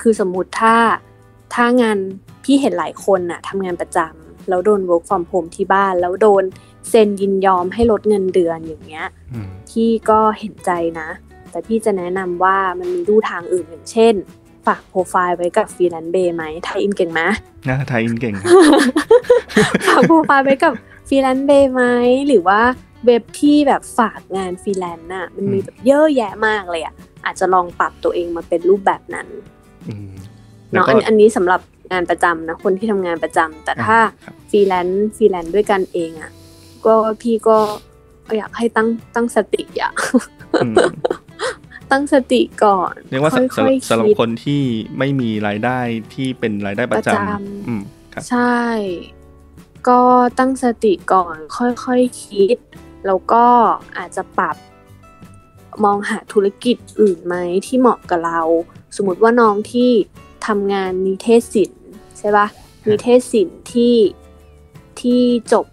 C: คือสมมุติถ้าถ้างานพี่เห็นหลายคนน่ะทำงานประจำแล้วโดน work from home ที่บ้าน แล้วโดนเซ็นยินยอมให้ลดเงินเดือนอย่างเงี้ย
A: อืม
C: พี่ก็เห็นใจนะ แต่พี่จะแนะนำว่ามันมีดูทางอื่นอย่างเช่น ฝากโปรไฟล์ไว้กับฟรีแลนซ์เบย์ไหมไทยอินเก่งไหม
A: น่าไทยอินเก่งครับ
C: ฝากโปรไฟล์ไว้กับฟรีแลนซ์เบย์ไหมหรือว่าเว็บที่แบบฝากงานฟรีแลนซ์น่ะมันมีแบบเยอะแยะมากเลยอ่ะอาจจะลองปรับตัวเองมาเป็นรูปแบบนั้น
A: อืม
C: เนาะ
A: แล้วก็
C: อันอันนี้สำหรับงานประจำนะคนที่ทำงานประจำแต่ถ้า
A: ครับ
C: ฟรีแลนซ์ฟรีแลนซ์ด้วยกันเองอะ่ะก็พี่ก็อยากให้ตั้งตั้งสติอะ
A: อืม
C: ตั้งสติก่อน
A: เรียกว่าสำสำหรับ
C: ด
A: สำหรับคนที่ไม่มีรายได้ที่เป็นรายได้ประ
C: ประจ
A: จำ
C: ำ
A: อืมครับ
C: ใช่ ก็ตั้งสติก่อนค่อยๆคิด แล้วก็อาจจะปรับมองหาธุรกิจอื่นไหมที่เหมาะกับเรา สมมติว่าน้องที่ทำงานนิเทศศิลป์ใช่ปะนิเทศศิลป์ที่ที่จบ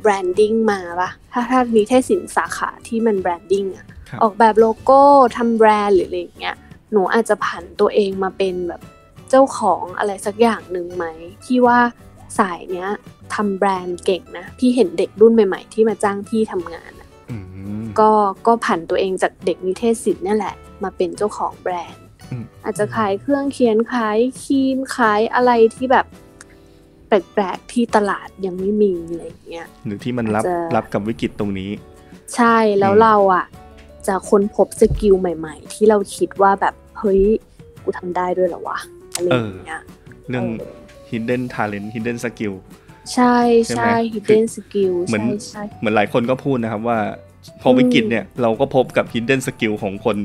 C: แบรนดิ้งมาปะถ้าถ้านิเทศศิลป์สาขาที่มันแบรนดิ้งอะ
A: ครับ
C: ออกแบบโลโก้ทำแบรนด์หรืออะไรอย่างเงี้ย หนูอาจจะผันตัวเองมาเป็นแบบเจ้าของอะไรสักอย่างหนึ่งไหมพี่ว่าสายเนี้ยทำแบรนด์เก่งนะ พี่เห็นเด็กรุ่นใหม่ ๆ ที่มาจ้างพี่ทำงานอะ
A: อืม
C: ก็ก็ผันตัวเองจากเด็กนิเทศศิลป์เนี่ยแหละ มาเป็นเจ้าของแบรนด์
A: อืม
C: อาจจะขายเครื่องเขียนขายครีมขายอะไรที่แบบแปลกๆที่ตลาดยังไม่มีอะไรอย่างเงี้ย
A: หรือที่มันรับ
C: อาจจะ
A: รับกับวิกฤตตรงนี้
C: ใช่แล้ว
A: อืม
C: เราอ่ะ จะค้นพบสกิลใหม่ ๆ ที่เราคิดว่าแบบ เฮ้ย กูทำได้ด้วยเหรอวะ อะไรอย่างเงี้ย
A: เรื่อง
C: เออ
A: hidden talent hidden skill
C: ใช่
A: ใช่ไหม
C: ใช่
A: คือ
C: hidden skill
A: เหมือน
C: ใช่ใช่
A: เหมือนหลายคนก็พูดนะครับว่าพอวิกฤตเนี่ยเราก็พบกับ hidden skill ของคน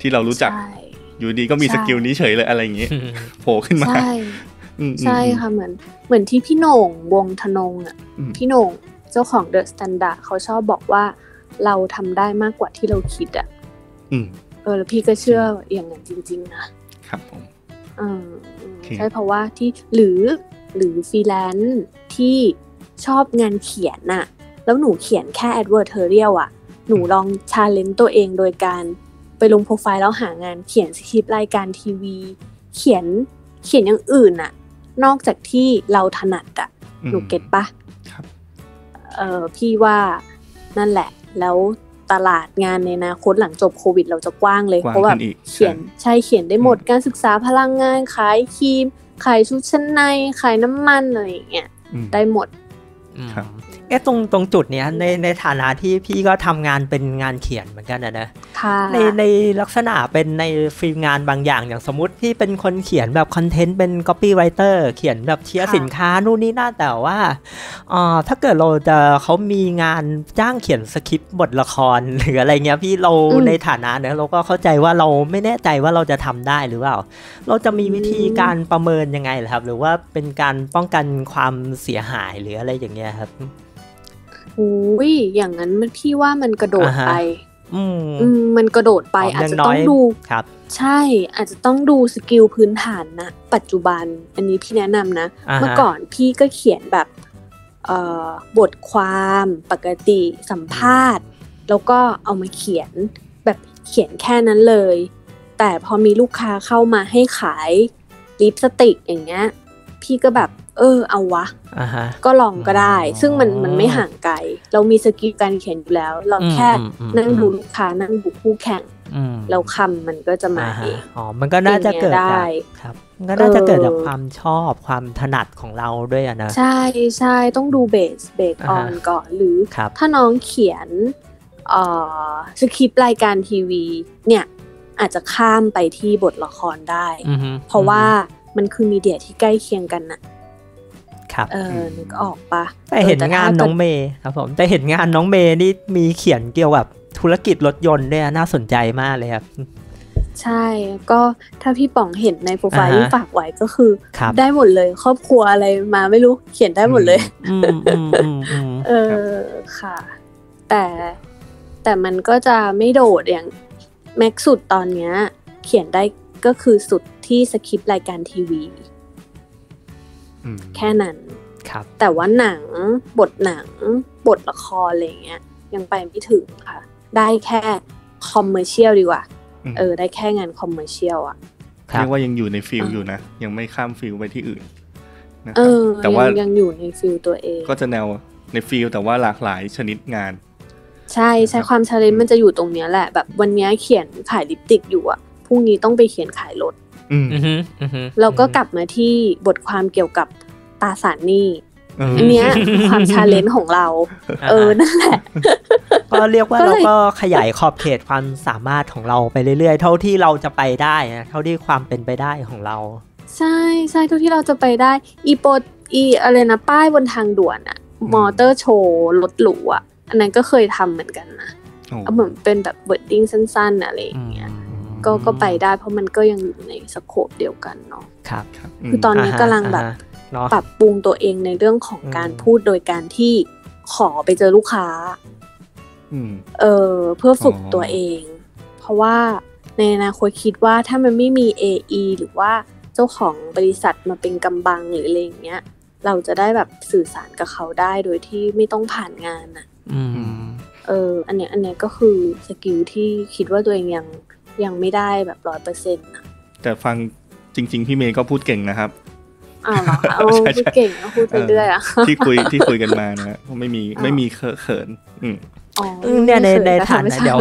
A: ที่เรารู้จัก
C: ใช่
A: อยู่ดีก็มี
C: ใช่
A: สกิลนี้เฉยเลยอะไรอย่างเงี้ยโผล่ขึ้นมา
C: ใช่
A: อืมอืม
C: ใช่ค่ะเหมือนเหมือนที่พี่โหน่งวงธนงอ่ะ
A: อืม
C: พี่โหน่งเจ้าของ The Standard เขาชอบบอกว่าเราทำได้มากกว่าที่เราคิดอ่ะ
A: อืม
C: เออแล้วพี่ก็เชื่ออย่างนั้นจริง ๆ นะ
A: ครับผม
C: อืม
A: โอเค
C: ใช่เพราะว่าที่หรือหรือฟรีแลนซ์ที่ชอบงานเขียนน่ะ แล้วหนูเขียนแค่ advertorial อะหนูลองชาเลนจ์ตัวเองโดยการไปลงโปรไฟล์แล้วหางานเขียนสคริปต์รายการทีวี เขียนเขียนอย่างอื่นน่ะ นอกจากที่เราถนัดอะ
A: อืม
C: หนูเก็ตปะ
A: ครับ
C: เออพี่ว่านั่นแหละ แล้วตลาดงานในอนาคตหลังจบโควิด เราจะกว้างเลย
A: กว้าง
C: เพราะว่า
A: ขึ้นอีก
C: เขียน
A: ใช่
C: ใช่เขียนได้หมด
A: อืม
C: การศึกษาพลังงานขายครีม ขายชุดชั้นใน ขายน้ำมันอะไรอย่างเงี้ย
A: อืม
C: ได้หมด
A: ครับ
B: เอ๊ะตรงตรงจุดเนี้ยในในฐานะที่พี่ก็ทำงานเป็นงานเขียนเหมือนกันนะนะ
C: ค่ะ
B: ในในลักษณะเป็นในฟิล์มงานบางอย่างอย่างสมมติที่เป็นคนเขียนแบบคอนเทนต์เป็น copywriter เขียนแบบเชียร์สินค้านู่นนี่นั่นแต่ว่าเอ่อถ้าเกิดเราจะเขามีงานจ้างเขียนสคริปต์บทละคร หรืออะไรเงี้ยพี่เราในฐานะเนอะเราก็เข้าใจว่าเราไม่แน่ใจว่าเราจะทำได้หรือเปล่า เราจะมีวิธีการประเมินยังไงเหรอครับ หรือว่าเป็นการป้องกันความเสียหายหรืออะไรอย่างเงี้ยครับ
C: อุ้ยอย่างนั้นพี่ว่ามันกระโดด
B: อ่าฮะ
C: ไป
B: อืม
C: อืมมันกระโดดไป
B: อ๋อ
C: อาจ
B: ยัง
C: จะ
B: น้
C: ต้
B: อ
C: อย งดู
B: ครับ
C: ใช่ อาจจะต้องดูสกิลพื้นฐานนะ ปัจจุบัน อันนี้พี่แนะนำนะ
B: าฮะ
C: เมื่อก่อนพี่ก็เขียนแบบเอ่อบทความปกติสัมภาษณ์ แล้วก็เอามาเขียนแบบเขียนแค่นั้นเลย แต่พอมีลูกค้าเข้ามาให้ขายลิปสติกอย่างเงี้ยพี่ก็แบบ เออเอาวะ
B: อ่าฮะ
C: ก็ลองก็ได้
B: อ๋อ
C: ซึ่งมันมันไม่ห่างไกล เรามีสกิลการเขียนอยู่แล้ว เรา
B: อืม
C: แค่
B: อืมอืม
C: นั่งดูลูกค้านั่งดูคู่แข่ง
B: อืม
C: แล้วคำมันก็จะมา
B: อ่า
C: เอ
B: ฮะ
C: ง
B: อ๋อ มันก็น่าจะเกิด
C: อย่าง
B: จาก
C: เงี้ยได้
B: ครับ มันก็น่าจะเกิดจาก
C: เออ
B: ความชอบความถนัดของเราด้วยอะนะ
C: ใช่ใช่ต้องดูเบสเบสอ
B: อ่า
C: อ
B: ฮะ
C: นก่อนหรือ
B: ครับ
C: ถ้าน้องเขียนเอ่อสคริปต์รายการทีวี เนี่ย อาจจะข้ามไปที่บทละครได้
B: อือฮึ
C: เพราะว่า
B: อือฮึ
C: มันคือมีเดียที่ใกล้เคียงกันน่ะ
B: ครับ
C: เออนึกออกปะ
B: แต่เห็น
C: ออ
B: งาน
C: ถ้
B: น้องเมย์ครับผมแต่เห็นงานน้องเมย์นี่มีเขียนเกี่ยวกับธุรกิจรถยนต์ด้วยอะน่าสนใจมากเลยครับ
C: ใช่ก็ถ้าพี่ป๋องเห็นในโปรไฟล์
B: อ่าฮะ
C: ที่ฝากไว้ก็คือ
B: ครับ
C: ได้หมดเลย ครอบครัวอะไรมาไม่รู้เขียนได้หมดเลย
B: อืมอืมอืมอืม
C: เออค่ะ แต่แต่มันก็จะไม่โดดอย่างแม็กสุดตอนเนี้ย เขียนได้ก็คือสุดที่สคริปต์รายการทีวี
A: อืม
C: แค่นั้น
B: ครับ
C: แต่ว่าหนังบทหนัง บทละครอะไรอย่างเงี้ยยังไปไม่ถึงค่ะ ได้แค่คอมเมอร์เชียลดีกว่า
A: ม
C: เออ ได้แค่งานคอมเมอร์เชียลอะ
B: ครับ
A: เรียกว่ายังอยู่ในฟิลอยู่นะ ยังไม่ข้ามฟิลไปที่อื่นนะค
C: เอ
A: รับ
C: อ
A: แต่ว่าย
C: งยังอยู่ในฟิลตัวเอง
A: ก็จะแนวในฟิลแต่ว่าหลากหลายชนิดงาน
C: ใช่ใช่
A: นะครับ
C: ความชาเลนจ์มันจะอยู่ตรงเนี้ยแหละ แบบวันเนี้ยเขียนขายลิปติกอยู่อะพรุ่งนี้ต้องไปเขียนขายรถ
A: อืม
B: อือฮึอือฮึ
C: เราก็กลับมาที่บทความเกี่ยวกับตราสารหนี้
A: เออ
C: อัน เนี้ย ความชาเลนจ์ของเรา
B: าฮะ
C: เออนั่นแหละ
B: ก็เรียกว่า
C: ก็
B: เรา
C: เลย
B: ก็ขยายขอบเขตความสามารถของเราไปเรื่อยๆ เท่าที่เราจะไปได้นะเท่าที่ความเป็นไปได้ของเรา
C: ใช่ใช่ทุกที่เราจะไปได้ อีโปอีอะไรนะป้ายบนทางด่วนอะมอเตอร์โชว์รถหรูอะอันนั้นก็เคยทำเหมือนกันนะ
A: โอ้
C: เอาเหมือนเป็นแบบเวิร์ดดิ้งสั้นๆ อะไรอย่างเงี้ยก็ก็ไปได้เพราะมันก็ยังอยู่ในสโคปเดียวกันเนาะ
B: ครับ
A: ครับ
C: คือตอน นี้กำลังแบบ
B: อ่าฮะเนาะ
C: ปรับปรุงตัวเองในเรื่องของการ
B: อืม
C: พูดโดยการที่ขอไปเจอลูกค้า
A: อืม
C: เออเพื่อฝึก
A: อ๋อ
C: ตัวเอง เพราะว่าในอนาคตคิดว่าถ้ามันไม่มี AE หรือว่าเจ้าของบริษัทมาเป็นกำบังหรืออะไรอย่างเงี้ย เราจะได้แบบสื่อสารกับเขาได้โดยที่ไม่ต้องผ่านงานอะ
B: อืม
C: เอออันเนี้ยอันเนี้ยก็คือสกิลที่คิดว่าตัวเองยังยังไม่ได้แบบร้อยเปอร์เซ็นต์อ่ะ
A: แต่ฟังจริง ๆ พี่เมย์ก็พูดเก่งนะครับ
C: อ้าวเหรอเอา
A: ใช่ใช่
C: พูดเก่งเอาพูดไปเรื่อยอ่ะ
A: ที่คุย ที่คุยกันมานะฮะไม่มี
C: อ๋อ
A: ไม่มีเขอะเขินอืม
C: อ๋อ
B: เนี่ยใน
C: ไม่ค
B: ใน
C: ก็
B: ฐา
C: ทำไม่
B: นะ
C: ใช่
B: เดียว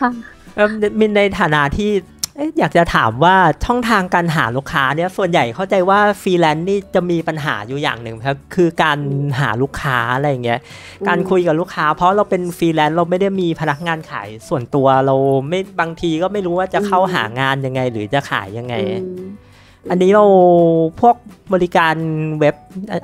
C: ค่ะ
B: เอิ่มมินในฐานะที่เอ๊ะอยากจะถามว่าช่องทางการหาลูกค้าเนี่ยส่วนใหญ่เข้าใจว่าฟรีแลนซ์นี่จะมีปัญหาอยู่อย่างหนึ่งครับคือการหาลูกค้าอะไรอย่างเงี้ย
C: อืม
B: การคุยกับลูกค้า เพราะเราเป็นฟรีแลนซ์เราไม่ได้มีพนักงานขายส่วนตัวเราไม่บางทีก็ไม่รู้ว่าจะเข้าหางานยังไง หรือจะขายยังไง
C: อืม
B: อันนี้เราพวกบริการเว็บ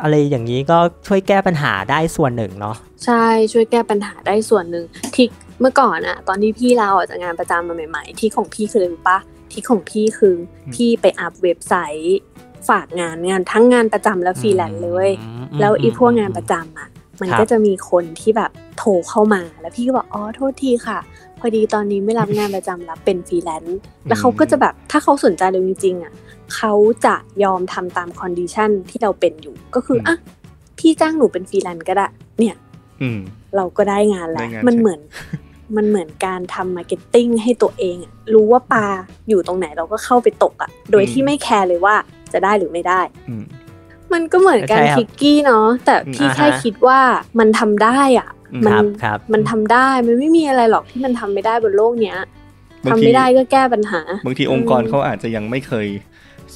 B: อะไรอย่างนี้ก็ช่วยแก้ปัญหาได้ส่วนหนึ่งเนาะ
C: ใช่ช่วยแก้ปัญหาได้ส่วนหนึ่งทิกเมื่อก่อนอะตอนที่พี่ลาออกจากงานประจำมาใหม่ๆทิกของพี่คืออะไรรู้ปะทิกของพี่คืออ
A: ม
C: พี่ไปอัพเว็บไซต์ ฝากงานงานทั้งงานประจำและฟรีแลนซ์เลย แล้วอีพวกงานประจำอะมัน
B: ครับ
C: ก็จะมีคนที่แบบโทรเข้ามา แล้วพี่ก็บอกอ๋อโทษทีค่ะ พอดีตอนนี้ไม่รับงานประจำรับเป็นฟรีแลนซ์แล้วเขาก็จะแบบถ้าเขาสนใจเราจริงๆอะเขาจะยอมทำตามคอนดิชันที่เราเป็นอยู่ก็คือ
A: ม
C: อ่ะพี่จ้างหนูเป็นฟรีแลนซ์ก็ได้เนี่ย
A: อืม
C: เราก็ได้งานแล้
A: ได้
C: ว
A: งาน
C: มัน
A: ใช่
C: เหมือน มันเหมือนการทำมาร์เก็ตติ้งให้ตัวเองอะรู้ว่าปลาอยู่ตรงไหนเราก็เข้าไปตกอะโดยที่ไม่แคร์เลยว่าจะได้หรือไม่ได้
A: อืม
C: มันก็เหมือนการ
B: ใช่ครับ
C: ทิกกี้เนาะ แต่พี่
B: อ่าฮะ
C: แค่คิดว่ามันทำได้อะ
A: อืม
B: ค
C: มั
B: รับครับ
C: มันทำได้ มันไม่มีอะไรหรอกที่มันทำไม่ได้บนโลกเนี้ย
A: บาง
C: ทำ
A: ที
C: ไม่ได้ก็แก้ปัญหา
A: บางทีองค์กร
C: อืม
A: เขาอาจจะยังไม่เคย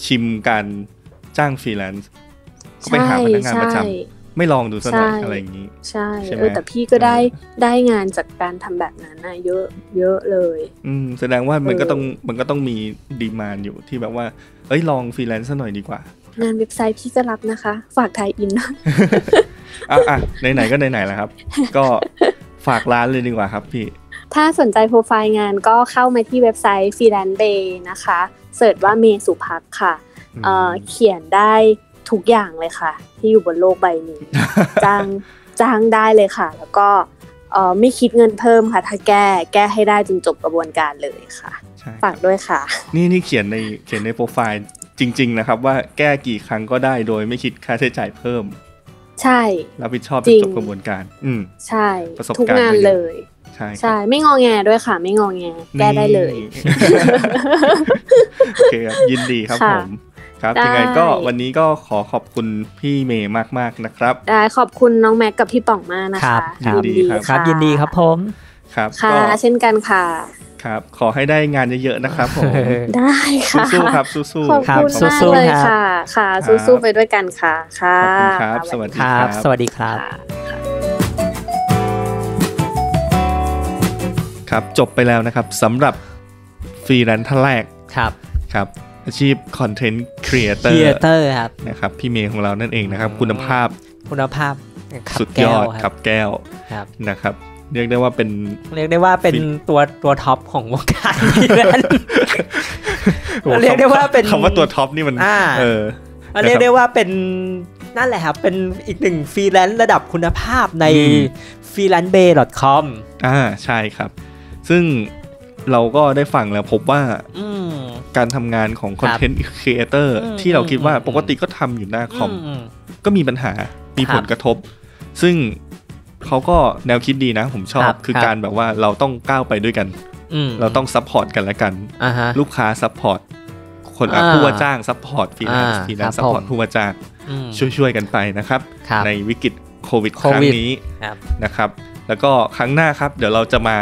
A: ชิมการจ้างฟรีแลนซ์ก็ไป
C: ใช่
A: หาพนักงานประจำ
C: ใช่
A: ไม่ลองดูสักหน่อย
C: ใช่
A: อะไรอย่างนี้
C: ใช่
A: ใช่ไหม
C: เออแต่พี่ก็ได้
A: เ
C: ได้งานจากการทำแบบนั้นนะเยอะเยอะเลย
A: อืมแสดงว่ามัน
C: เออ
A: ก็ต้องมันก็ต้องมีดีมานอยู่ที่แบบว่า เอ้ยลองฟรีแลนซ์สักหน่อยดีกว่า
C: งานเว็บไซต์พี่ก็รับนะคะ ฝากไทยอิน
A: อ่ะอ่ะไหนๆก็ไหนๆแล้วครับ ก็ฝากร้านเลยดีกว่าครับพี่
C: ถ้าสนใจโปรไฟล์งานก็เข้ามาที่เว็บไซต์ freelance bay นะคะเสิร์ชว่าเมสุพักดิ์ค่ะเอ่อเขียนได้ทุกอย่างเลยค่ะ ที่อยู่บนโลกใบนี้ จ้างจ้างได้เลยค่ะ แล้วก็ เอ่อไม่คิดเงินเพิ่มค่ะ ถ้าแก้แก้ให้ได้จนจบกระบวนการเลยค่ะ
A: ใช่
C: ฝากด้วยค่ะ
A: นี่นี่เขียนในเขียนในโปรไฟล์จริง ๆ นะครับ ว่าแก้กี่ครั้งก็ได้โดยไม่คิดค่าใช้จ่ายเพิ่ม
C: ใช่
A: รับผิดชอบจ
C: จริ
A: น
C: ง
A: จบกระบวนการ อืม
C: ใช่
A: ประสบการณ์
C: ทุกงานเลย
A: ใช่ครับ
C: ใช่ไม่งอแงด้วยค่ะ ไม่งอแงแก้ได้เลย
A: นี่ โอเคครับยินดีครับ
C: ค่ะ
A: ผมครับ
C: ได้
A: ยังไงก็วันนี้ก็ขอขอบคุณพี่เมย์มาก ๆ นะครับ
C: ได้ขอบคุณน้องแม็กกับพี่ป่องมากนะ
B: ครั
C: คะ
B: บครับ
A: ๆ
B: ครับ ยินดีครับผม
A: ครับ
C: ค่ะ
A: ก็
C: เช่นกันค่ะ
A: ครับ ขอให้ได้งานเยอะ ๆ นะครับผม
C: ได้ค่ะ
A: สู้ๆครับ สู้
C: ขอบ
A: ๆ
B: ครับ
C: คุณมาก
B: สู้ๆ
C: เลย
B: ครับ
C: ค่ะ ค่ะสู้ๆไปด้วยกันค่ะค่ะ
A: ขอบคุณครับ สวัสดี
B: ครั
A: ครับ บ
B: สวัสดีครับ
A: ครับ จบไปแล้วนะครับสำหรับฟรีแลนซ์ท่านแรก
B: ครับ
A: ครับ อาชีพคอนเทนต์ครีเอเตอ
B: เที
A: ร์
B: ยเตอร์ครับ
A: นะครับ พี่เมย์ของเรานั่นเองนะครับ คุณภาพ
B: คุณภาพขับ
A: สุด
B: แก้
A: ยว อดครับแก้ว
B: ครับ
A: นะครับ เรียกได้ว่า เป็น
B: เรียกได้ว่าเป็น
A: ฟิ
B: ตัวตัวท็อปของวงการฟรีแลนซ์
A: โอ้โห
B: เรียกได้ว่าเป็น
A: คำว่าตัวท็อปนี่มัน
B: อ่า
A: เออ
B: อ่ะเรียกได้ว่าเป็นนั่นแหละครับ เป็นอีกหนึ่งฟรีแลนซ์ระดับคุณภาพใน
A: อืม
B: f r e e l a n c e b a y c o m
A: อ่าใช่ครับ ซึ่งเราก็ได้ฟังแล้วพบว่า
B: อืม
A: การทำงานของคอนเทนต์ครีเอเตอร์
B: อืม
A: ที่เราคิดว่า
B: อืม
A: ปกติก็ทำอยู่หน้าคอม
B: อืม
A: ก็มีปัญหา มี
B: ครับ
A: ผลกระทบ ซึ่งเขาก็แนวคิดดีนะ ผมชอ
B: ครับ บ
A: คือ
B: ครับ
A: การแบบว่าเราต้องก้าวไปด้วยกัน
B: อืม
A: เราต้องซัพพอร์ตกันและกัน
B: อ่าฮะ
A: ลูกค้าซัพพอร์ต คนอ่ะ
B: อ่า
A: ผู้ว่าจ้างซัพพอร์ตฟรีแลนซ์
B: อ่า
A: ฟรีแลนซ์
B: ครับ
A: ซัพพอร์ต
B: ผม
A: ผู้ว่าจ้าง
B: อืม
A: ช่วยๆกันไปนะครับ
B: ครับ
A: ในวิกฤตโควิด
B: โค
A: ครั้ง
B: วิด
A: นี้
B: ครับ
A: นะครับแล้วก็ครั้งหน้าครับ เดี๋ยวเราจะมา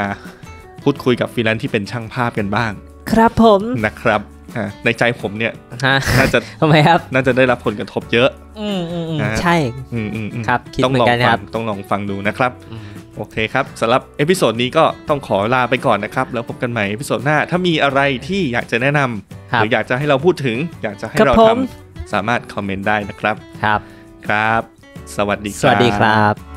A: พูดคุยกับฟรีแลนซ์ที่เป็นช่างภาพกันบ้าง
B: ครับผม
A: นะครับอ่ะในใจผมเนี่ย
B: ฮะ
A: น่าจะ
B: ทำไมครับ
A: น่าจะได้รับผลกระทบเยอะ
B: อืมอืมอืม
A: นะฮะ
B: ใช่
A: อืมอืมอืม
B: ครับคิด
A: ต้อง
B: เหมื
A: ล
B: อ
A: อง
B: นกัน
A: ฟั
B: ครั
A: ง
B: บ
A: ต้องลองฟังดูนะครับ
B: อืม
A: โอเคครับสำหรับเอพิโซดนี้ก็ต้องขอลาไปก่อนนะครับ แล้วพบกันใหม่เอพิโซดหน้า ถ้ามีอะไรที่อยากจะแนะนำ
B: ครั
A: ห
B: บ
A: รืออยากจะให้เราพูดถึง อยากจะให้
B: ครับ
A: เรา
B: ผ
A: ท
B: ม
A: ำสามารถคอมเมนต์ได้นะครับ
B: ครับ
A: ครับ สวัสดีค
B: ส
A: รับ
B: วัสดีครับ